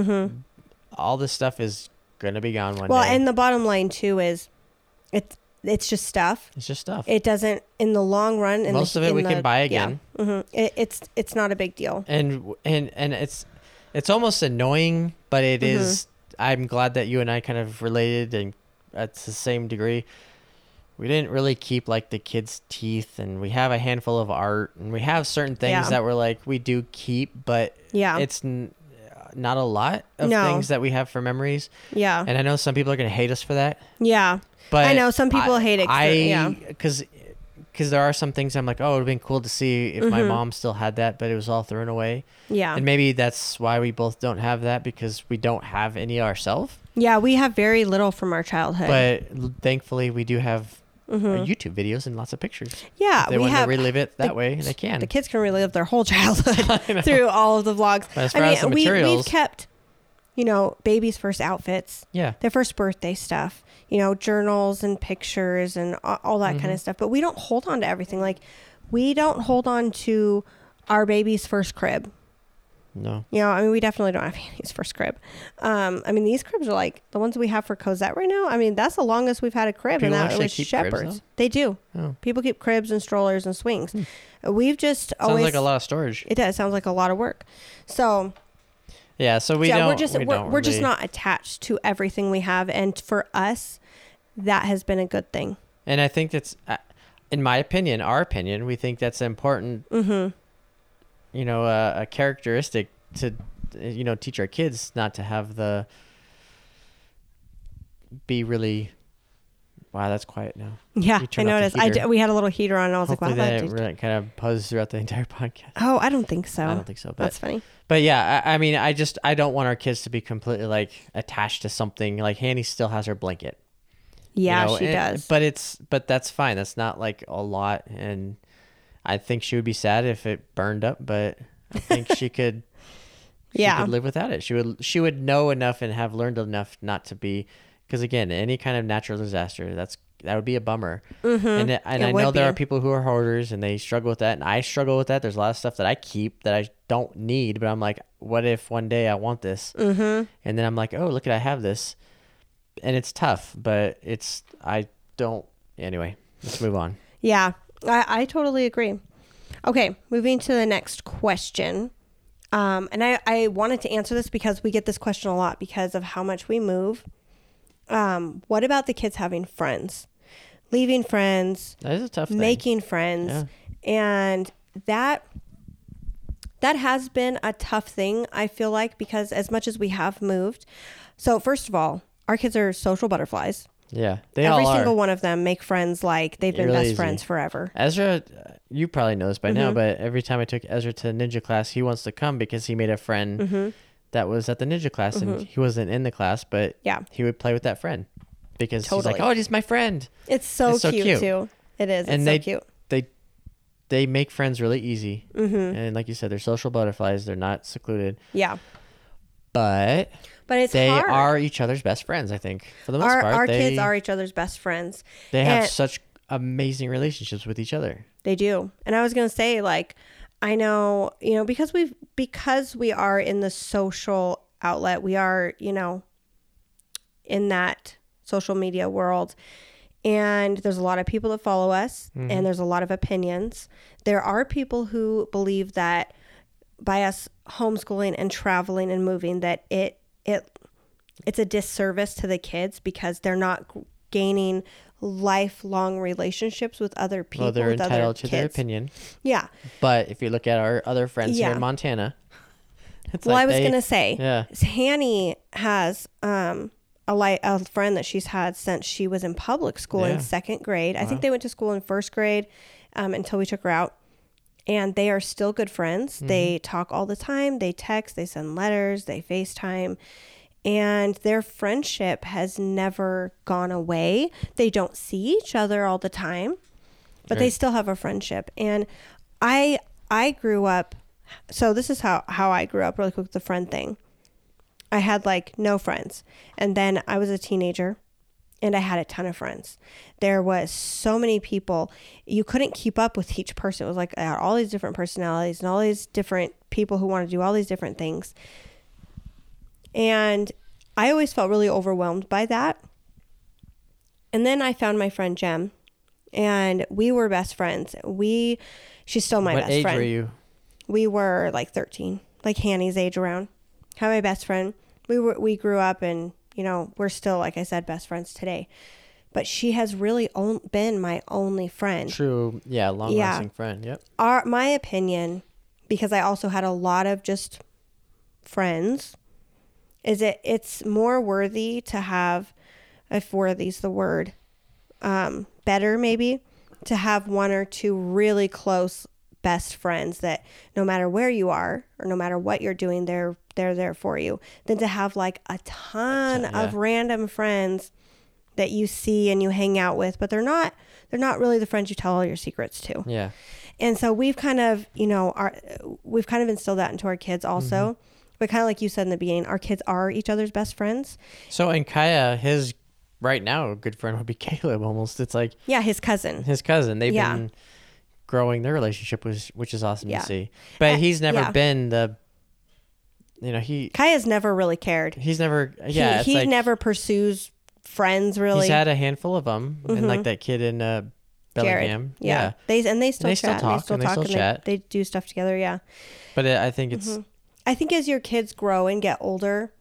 S2: all this stuff is gonna be gone one
S1: Mm-hmm. Well,
S2: day.
S1: and the bottom line too is it's it's just stuff.
S2: it's just stuff.
S1: It doesn't in the long run in the-
S2: Most of it
S1: in
S2: we can
S1: the-
S2: buy
S1: yeah.
S2: again.
S1: Mhm. It, it's it's not a big deal.
S2: and and and it's it's almost annoying but it
S1: Mhm.
S2: is- i'm glad that you and i kind of related and at the same degree we didn't really keep like the kids teeth and we have a handful of art and we have certain things
S1: Yeah.
S2: that we're like we do keep but
S1: Yeah.
S2: it's n- not a lot of
S1: No.
S2: things that we have for memories
S1: yeah.
S2: and i know some people are going to hate us for that
S1: yeah.
S2: but
S1: I know, some people hate it 'cause
S2: I
S1: they're- yeah.
S2: because because there are some things i'm like oh it would have been cool to see if my mom still had that but it was all thrown away
S1: Mm-hmm. Yeah.
S2: and maybe that's why we both don't have that because we don't have any ourselves.
S1: yeah, we have very little from our childhood. Mm-hmm.
S2: But l- thankfully, we do have uh YouTube videos and lots of pictures.
S1: yeah,
S2: If they
S1: Ah, we
S2: want
S1: have
S2: to relive it that
S1: the-
S2: way, they can.
S1: the kids can relive their whole childhood through all of the vlogs.
S2: But as far as the
S1: we, we've
S2: materials-
S1: kept, you know, baby's first outfits,
S2: yeah,
S1: their first birthday stuff, you know, journals and pictures and a- all that
S2: Mm-hmm.
S1: kind of stuff. But we don't hold on to everything. Like, we don't hold on to our baby's first crib.
S2: no,
S1: You know, I mean, we definitely don't have Annie's first crib. Um, I mean, these cribs are like the ones we have for Cosette right now. I mean, that's the longest we've had a crib, and
S2: People
S1: that
S2: actually
S1: was
S2: keep cribs,
S1: Shepherd's.
S2: though?
S1: they do.
S2: Oh. Hmm.
S1: People keep cribs and strollers and swings. We've just
S2: sounds
S1: always
S2: like a lot of storage.
S1: it does sounds like a lot of work. So
S2: yeah, so we
S1: yeah,
S2: don't.
S1: we're just
S2: we
S1: we are
S2: don't
S1: we're just
S2: really-
S1: not attached to everything we have, and for us, that has been a good thing.
S2: And I think that's, uh, in my opinion, our opinion, we think that's important.
S1: Mm-hmm.
S2: You know, uh, a characteristic to, uh, you know, teach our kids not to have the. Be really. Wow, that's quiet now.
S1: Yeah,
S2: You
S1: I
S2: turn off the
S1: noticed. I
S2: heater.
S1: d- we had a little heater on, and I was
S2: Hopefully
S1: like, wow,
S2: that
S1: that
S2: didn't
S1: did-
S2: really kind of buzz throughout the entire podcast.
S1: oh, I don't think so.
S2: I don't think so,
S1: that's
S2: but
S1: funny.
S2: but yeah, I, I mean, I just I don't want our kids to be completely like attached to something. Like Hanny still has her blanket. you
S1: Yeah,
S2: know,
S1: she
S2: and-
S1: does.
S2: But it's but that's fine. That's not like a lot, and I think she would be sad if it burned up. But I think she could.
S1: Yeah.
S2: she could live without it. She would she would know enough and have learned enough not to be because again, any kind of natural disaster that's that would be a bummer. And it- and
S1: Mm-hmm. It
S2: I know
S1: would
S2: there
S1: be.
S2: are people who are hoarders and they struggle with that, and I struggle with that. There's a lot of stuff that I keep that I don't need, but I'm like, what if one day I want this? Mm-hmm. And then I'm like, oh, look at I have this, and it's tough, but it's I don't. Anyway, let's move on.
S1: Yeah, I, I totally agree. Okay, moving to the next question. Um, and I, I wanted to answer this because we get this question a lot because of how much we move. Um, what about the kids having friends? Leaving friends,
S2: That is a tough thing.
S1: making friends. And that that has been a tough thing, I feel like, because as much as we have moved. So first of all, our kids are social butterflies.
S2: yeah, they
S1: Every
S2: all are.
S1: single one of them make friends like they've been
S2: Really
S1: best
S2: easy.
S1: friends forever.
S2: Ezra, uh, you probably know this by
S1: Mm-hmm.
S2: now, but every time I took Ezra to ninja class, he wants to come because he made a friend
S1: Mm-hmm.
S2: that was at the ninja class and he wasn't in the class, but
S1: Yeah.
S2: he would play with that friend because he's
S1: Totally.
S2: like, oh, he's my friend.
S1: It's so,
S2: It's so
S1: cute,
S2: cute.
S1: too. It is. It's
S2: And
S1: so
S2: they-
S1: cute.
S2: They they make friends really easy,
S1: Mm-hmm.
S2: and like you said, they're social butterflies. They're not secluded,
S1: Yeah.
S2: but
S1: But it's
S2: they
S1: hard.
S2: are each other's best friends. I think for the most
S1: our,
S2: part,
S1: our
S2: they
S1: kids are each other's best friends.
S2: they have
S1: and-
S2: such amazing relationships with each other.
S1: They do. And I was going to say like I know, you know, because we've because we are in the social outlet, we are, you know, in that social media world. And there's a lot of people that follow us
S2: Mm-hmm.
S1: and there's a lot of opinions. There are people who believe that by us homeschooling and traveling and moving that it it it's a disservice to the kids because they're not g- gaining lifelong relationships with other people
S2: Well, they're
S1: with other
S2: entitled to
S1: kids.
S2: their opinion.
S1: Yeah.
S2: But if you look at our other friends
S1: Yeah.
S2: here in Montana, it's
S1: well,
S2: like
S1: I was
S2: they-
S1: gonna say,
S2: yeah.
S1: Hanny has um a li- a friend that she's had since she was in public school in
S2: Yeah.
S1: second grade. I think they went to school in first grade um, until we took her out, and they are still good friends. They
S2: Mm-hmm.
S1: talk all the time. They text. They send letters. They FaceTime. And their friendship has never gone away. They don't see each other all the time but they still have a friendship and i i grew up so this is how how i grew up really quick with the friend thing i had like no friends and then i was a teenager and i had a ton of friends there was so many people you couldn't keep up with each person it was like I had all these different personalities and all these different people who want to do all these different things and i always felt really overwhelmed by that and then i found my friend jem and we were best friends we she's still my
S2: what
S1: best
S2: age
S1: friend
S2: were you?
S1: we were like 13 like hanny's age around how my best friend we were we grew up and you know we're still like i said best friends today but she has really on, been my only friend
S2: True, yeah, long-lasting friend. Yep.
S1: our my opinion because i also had a lot of just friends is it it's more worthy to have if worthy's the word um better maybe to have one or two really close best friends that no matter where you are or no matter what you're doing they're they're there for you than to have like a ton of
S2: yeah.
S1: random friends that you see and you hang out with but they're not they're not really the friends you tell all your secrets to
S2: Yeah.
S1: and so we've kind of, you know, our we've kind of instilled that into our kids also.
S2: Mm-hmm.
S1: But kind of like you said in the beginning, our kids are each other's best friends.
S2: So and Kaya, his right now good friend would be Caleb. Almost, it's like
S1: Yeah, his cousin.
S2: his cousin. They've
S1: Yeah.
S2: been growing their relationship, which which is awesome
S1: Yeah.
S2: to see. But
S1: Uh,
S2: he's never
S1: yeah.
S2: been the, you know, he
S1: Kaya's never really cared.
S2: he's never yeah.
S1: he
S2: it's
S1: he
S2: like
S1: never pursues friends really. Mm-hmm.
S2: He's had a handful of them, and like that kid in uh, Bellingham.
S1: Yeah. They and they still
S2: they still
S1: chat.
S2: talk, and they still chat.
S1: They, they do stuff together. Yeah.
S2: But it, I think
S1: Mm-hmm.
S2: it's
S1: I think as your kids grow and get older,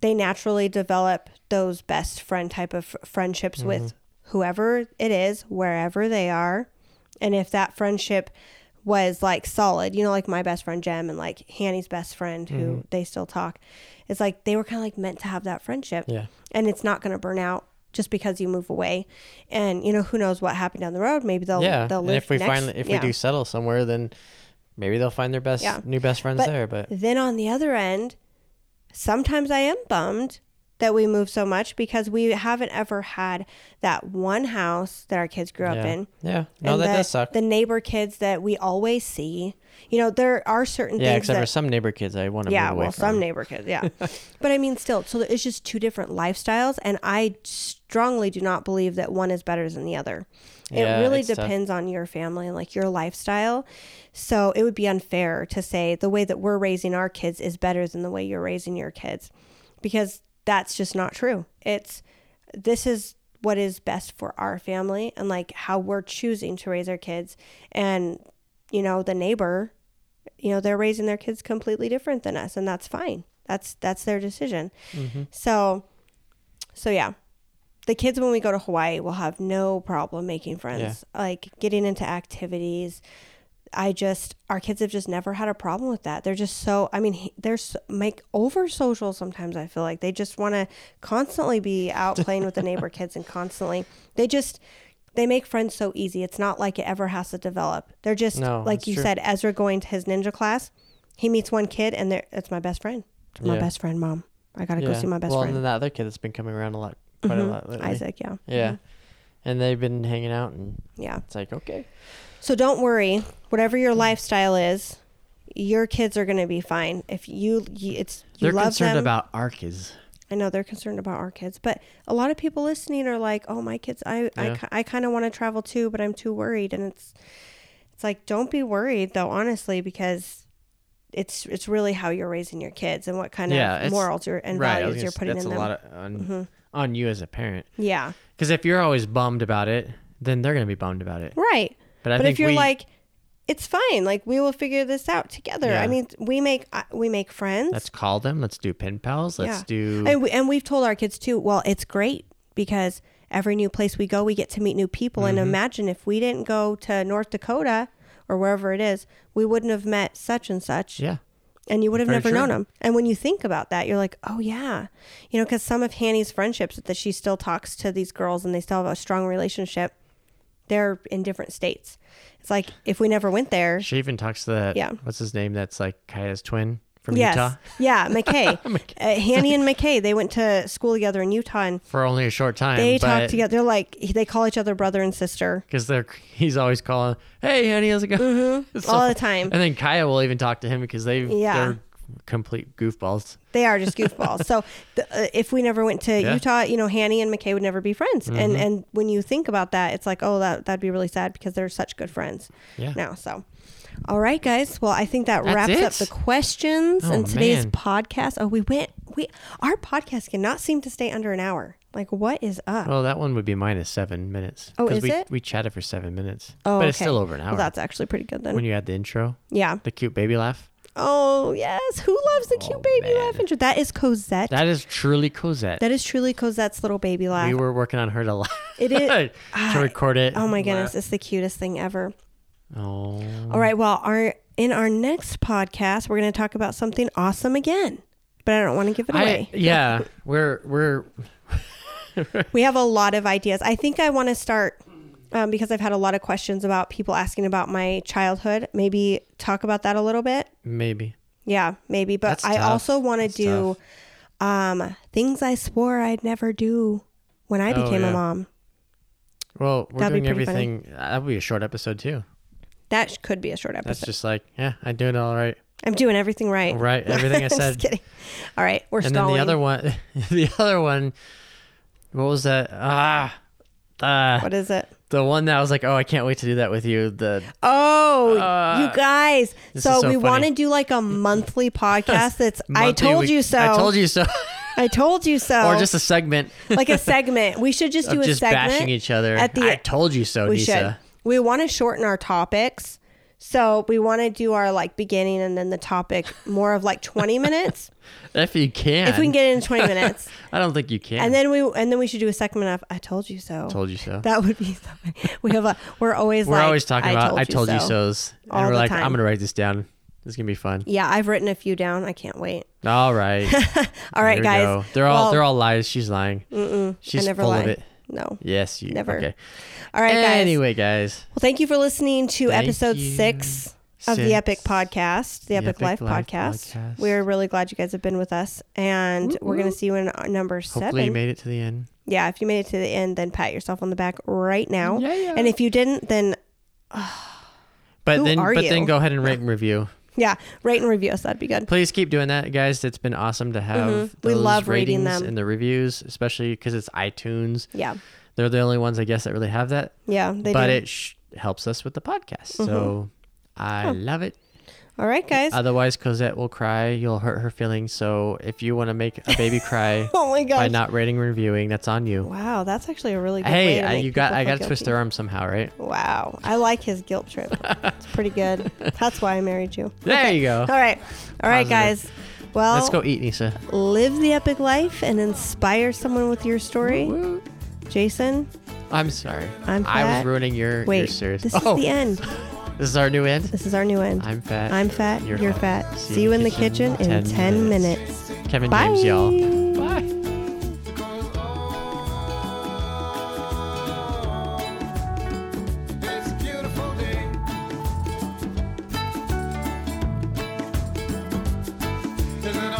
S1: they naturally develop those best friend type of f- friendships with
S2: Mm-hmm.
S1: whoever it is, wherever they are. And if that friendship was like solid, you know, like my best friend Jem and like Hanny's best friend who
S2: Mm-hmm.
S1: they still talk, it's like they were kind of like meant to have that friendship.
S2: Yeah.
S1: And it's not going to burn out just because you move away. And you know, who knows what happened down the road? Maybe they'll
S2: yeah.
S1: they'll
S2: And
S1: live
S2: if we
S1: next-
S2: finally if
S1: yeah.
S2: we do settle somewhere, then maybe they'll find their best
S1: Yeah.
S2: new best friends
S1: But-
S2: there. But
S1: Then on the other end, sometimes I am bummed that we move so much because we haven't ever had that one house that our kids grew up
S2: yeah.
S1: in.
S2: Yeah. No,
S1: and
S2: that
S1: the,
S2: does suck.
S1: The neighbor kids that we always see. You know, there are certain
S2: yeah,
S1: things
S2: except
S1: that
S2: for some neighbor kids, I want to
S1: yeah,
S2: move away
S1: well,
S2: from.
S1: some neighbor kids, yeah. but I mean, still, so it's just two different lifestyles, and I strongly do not believe that one is better than the other.
S2: Yeah,
S1: it really
S2: it's tough.
S1: depends on your family and like your lifestyle. So it would be unfair to say the way that we're raising our kids is better than the way you're raising your kids, because that's just not true. It's this is what is best for our family and like how we're choosing to raise our kids, and you know the neighbor you know they're raising their kids completely different than us and that's fine that's that's their decision
S2: Mm-hmm.
S1: so so yeah the kids when we go to hawaii will have no problem making friends like getting into activities i just our kids have just never had a problem with that they're just so i mean he- they're so, make over social sometimes i feel like they just want to constantly be out playing with the neighbor kids and constantly they just they make friends so easy it's not like it ever has to develop they're just
S2: No,
S1: like
S2: that's
S1: you
S2: true.
S1: said said Ezra going to his ninja class, he meets one kid and they're- that's my best friend. It's my
S2: Yeah.
S1: best friend, mom. I gotta go
S2: Yeah.
S1: see my best
S2: well, and
S1: friend, Mm-hmm.
S2: then that other kid that's been coming around a lot, quite a lot lately.
S1: Isaac. Mm-hmm. Yeah, Mm-hmm.
S2: Yeah. And they've been hanging out, and
S1: yeah.
S2: it's like, okay.
S1: So don't worry. Whatever
S2: Mm.
S1: your lifestyle is, your kids are gonna be fine. If you, you it's you
S2: They're
S1: love
S2: concerned
S1: them.
S2: about our kids.
S1: I know they're concerned about our kids, but a lot of people listening are like, "Oh, my kids, I I
S2: Yeah.
S1: ki- I, kind of want to travel too, but I'm too worried." And it's it's like, don't be worried though, honestly, because it's it's really how you're raising your kids and what kind
S2: Yeah,
S1: of
S2: it's-
S1: morals you're, and
S2: right. I
S1: values
S2: was gonna
S1: you're
S2: say,
S1: putting
S2: that's
S1: in
S2: a
S1: them. Mm-hmm.
S2: lot of, on, on you as a parent.
S1: yeah,
S2: Because if you're always bummed about it, then they're going to be bummed about it.
S1: right.
S2: But I
S1: but
S2: think
S1: if you're
S2: we-
S1: like, it's fine. Like we will figure this out together.
S2: Yeah.
S1: I mean, we make I- we make friends.
S2: Let's call them. Let's do pen pals. Let's
S1: Yeah.
S2: do.
S1: And, we, and we've told our kids too, well, it's great because every new place we go, we get to meet new people.
S2: Mm-hmm.
S1: And imagine if we didn't go to North Dakota or wherever it is, we wouldn't have met such and such.
S2: yeah.
S1: And you would have
S2: Very
S1: never
S2: true.
S1: known them. And when you think about that, you're like, oh, yeah. You know, because some of Hanny's friendships that she still talks to these girls and they still have a strong relationship, they're in different states. It's like if we never went there,
S2: She even talks to that.
S1: Yeah.
S2: What's his name? That's like Kaya's twin from
S1: yes.
S2: Utah
S1: Yeah, McKay. Uh, Hanny and McKay, they went to school together in Utah and
S2: for only a short time.
S1: They
S2: but-
S1: talk together. They're like they call each other brother and sister.
S2: because they're he's always calling, "Hey, honey, how's it going?" It's
S1: Mm-hmm. All
S2: so-
S1: the time.
S2: And then Kaya will even talk to him because they
S1: Yeah.
S2: they're complete goofballs.
S1: They are just goofballs. so the, uh, if we never went to
S2: Yeah. Mm-hmm.
S1: Utah, you know, Hanny and McKay would never be friends. And and when you think about that, it's like oh that that'd be really sad because they're such good friends
S2: Yeah.
S1: now. So. All right, guys. Well, I think that
S2: That's
S1: wraps up
S2: it.
S1: the questions
S2: Oh,
S1: and today's
S2: man.
S1: podcast. Oh, we went. We our podcast cannot seem to stay under an hour. Like, what is up?
S2: Well, that one would be minus seven minutes.
S1: Oh,
S2: 'Cause
S1: is
S2: we,
S1: it?
S2: We chatted for seven minutes.
S1: oh,
S2: but it's
S1: okay.
S2: still over an hour
S1: Well, that's actually pretty good then.
S2: when you add the intro,
S1: yeah.
S2: the cute baby laugh.
S1: Oh yes. Who loves the cute
S2: Oh,
S1: baby
S2: man.
S1: laugh intro? That is Cosette.
S2: That is truly Cosette.
S1: That is truly Cosette's little baby laugh.
S2: we were working on her to laugh.
S1: It is-
S2: to record it.
S1: oh my goodness, it's the cutest thing ever.
S2: Oh.
S1: All right, well, our in our next podcast, we're going to talk about something awesome again, but I don't want to give it
S2: I,
S1: away.
S2: yeah, we're we're
S1: We have a lot of ideas. I think I want to start um, because I've had a lot of questions about people asking about my childhood. Maybe talk about that a little bit.
S2: maybe
S1: Yeah, maybe. But
S2: That's
S1: I
S2: tough.
S1: also want to
S2: That's
S1: do um, things I swore I'd never do when I
S2: Oh,
S1: became a
S2: yeah.
S1: mom.
S2: well we're
S1: That'd be
S2: doing
S1: pretty funny.
S2: everything. Uh, That would be a short episode too.
S1: That sh- could be a short
S2: That's
S1: episode.
S2: just like yeah, I do it all right.
S1: I'm doing everything right.
S2: Right, everything I
S1: Just
S2: said.
S1: kidding. All right, we're
S2: and
S1: stalling.
S2: then the other one, the other one, what was that? Ah, uh,
S1: What is it?
S2: the one that I was like, oh, I can't wait to do that with you. The
S1: Oh,
S2: Uh,
S1: you guys.
S2: this
S1: So,
S2: is so
S1: we
S2: funny.
S1: want to do like a monthly podcast that's I
S2: monthly
S1: told
S2: week-
S1: you so.
S2: I told you so,
S1: I told you so.
S2: or just a segment
S1: like a segment. We should just do
S2: of
S1: a
S2: just
S1: segment.
S2: bashing each other.
S1: at the-
S2: I told you so,
S1: we
S2: Nisa.
S1: should. We want to shorten our topics. So we want to do our like beginning and then the topic more of like 20 minutes.
S2: If you can,
S1: if we can get it in 20 minutes.
S2: I don't think you can.
S1: And then we and then we should do a segment of I told you so.
S2: told you so.
S1: That would be so funny. We have a we're always
S2: we're
S1: like,
S2: always talking about I told you so's,
S1: all
S2: and we're
S1: the
S2: like,
S1: time.
S2: I'm gonna write this down. It's gonna be fun.
S1: Yeah, I've written a few down. I can't wait.
S2: All right,
S1: All right, guys.
S2: They're all
S1: Well,
S2: they're all lies. She's lying. Mm-mm, She's
S1: I never
S2: full
S1: lie.
S2: of it.
S1: No.
S2: Yes, you
S1: Never.
S2: Okay.
S1: All right, guys.
S2: Anyway, guys.
S1: Well, thank you for listening to
S2: Thank
S1: episode
S2: you.
S1: six of the
S2: Since
S1: Epic Podcast, the
S2: the
S1: Epic,
S2: Epic
S1: Life,
S2: Life
S1: podcast.
S2: podcast.
S1: We're really glad you guys have been with us, and we're gonna see you in uh, number
S2: Hopefully, you
S1: seven.
S2: made it to the end.
S1: yeah, if you made it to the end, then pat yourself on the back right now.
S2: Yeah, yeah.
S1: And if you didn't, then
S2: But
S1: Who
S2: then,
S1: are
S2: but
S1: you?
S2: then go ahead and rate and review.
S1: yeah, rate and review us. That'd be good.
S2: Please keep doing that, guys. It's been awesome to have
S1: Mhm. We
S2: those
S1: love reading
S2: ratings
S1: them.
S2: and the reviews, especially because it's iTunes.
S1: Yeah,
S2: They're the only ones, I guess, that really have that.
S1: yeah, they
S2: but
S1: do. Mm-hmm.
S2: it sh- helps us with the podcast. So I love it.
S1: All right, guys.
S2: Otherwise, Cosette will cry. You'll hurt her feelings. So if you want to make a baby cry
S1: oh my
S2: by
S1: gosh.
S2: not rating and reviewing, that's on you.
S1: wow, that's actually a really good way
S2: Hey,
S1: to
S2: I,
S1: make
S2: you got.
S1: people
S2: I
S1: feel
S2: got to twist
S1: guilty.
S2: their arm somehow, right?
S1: Wow, I like his guilt trip. it's pretty good. That's why I married you.
S2: There you go.
S1: All right, all right,
S2: Oh. Positive.
S1: guys. Well,
S2: Let's go eat, Nisa.
S1: live the epic life and inspire someone with your story.
S2: Woo.
S1: Jason,
S2: I'm sorry.
S1: I'm
S2: I
S1: fat.
S2: was ruining your your
S1: wait.
S2: series.
S1: This
S2: oh,
S1: is the end.
S2: this is our new end.
S1: This is our new end.
S2: I'm fat.
S1: I'm fat. You're, fat. See you in the kitchen, in 10 minutes.
S2: Kevin
S1: Bye.
S2: James, y'all. Bye.
S3: It's a beautiful day. Isn't it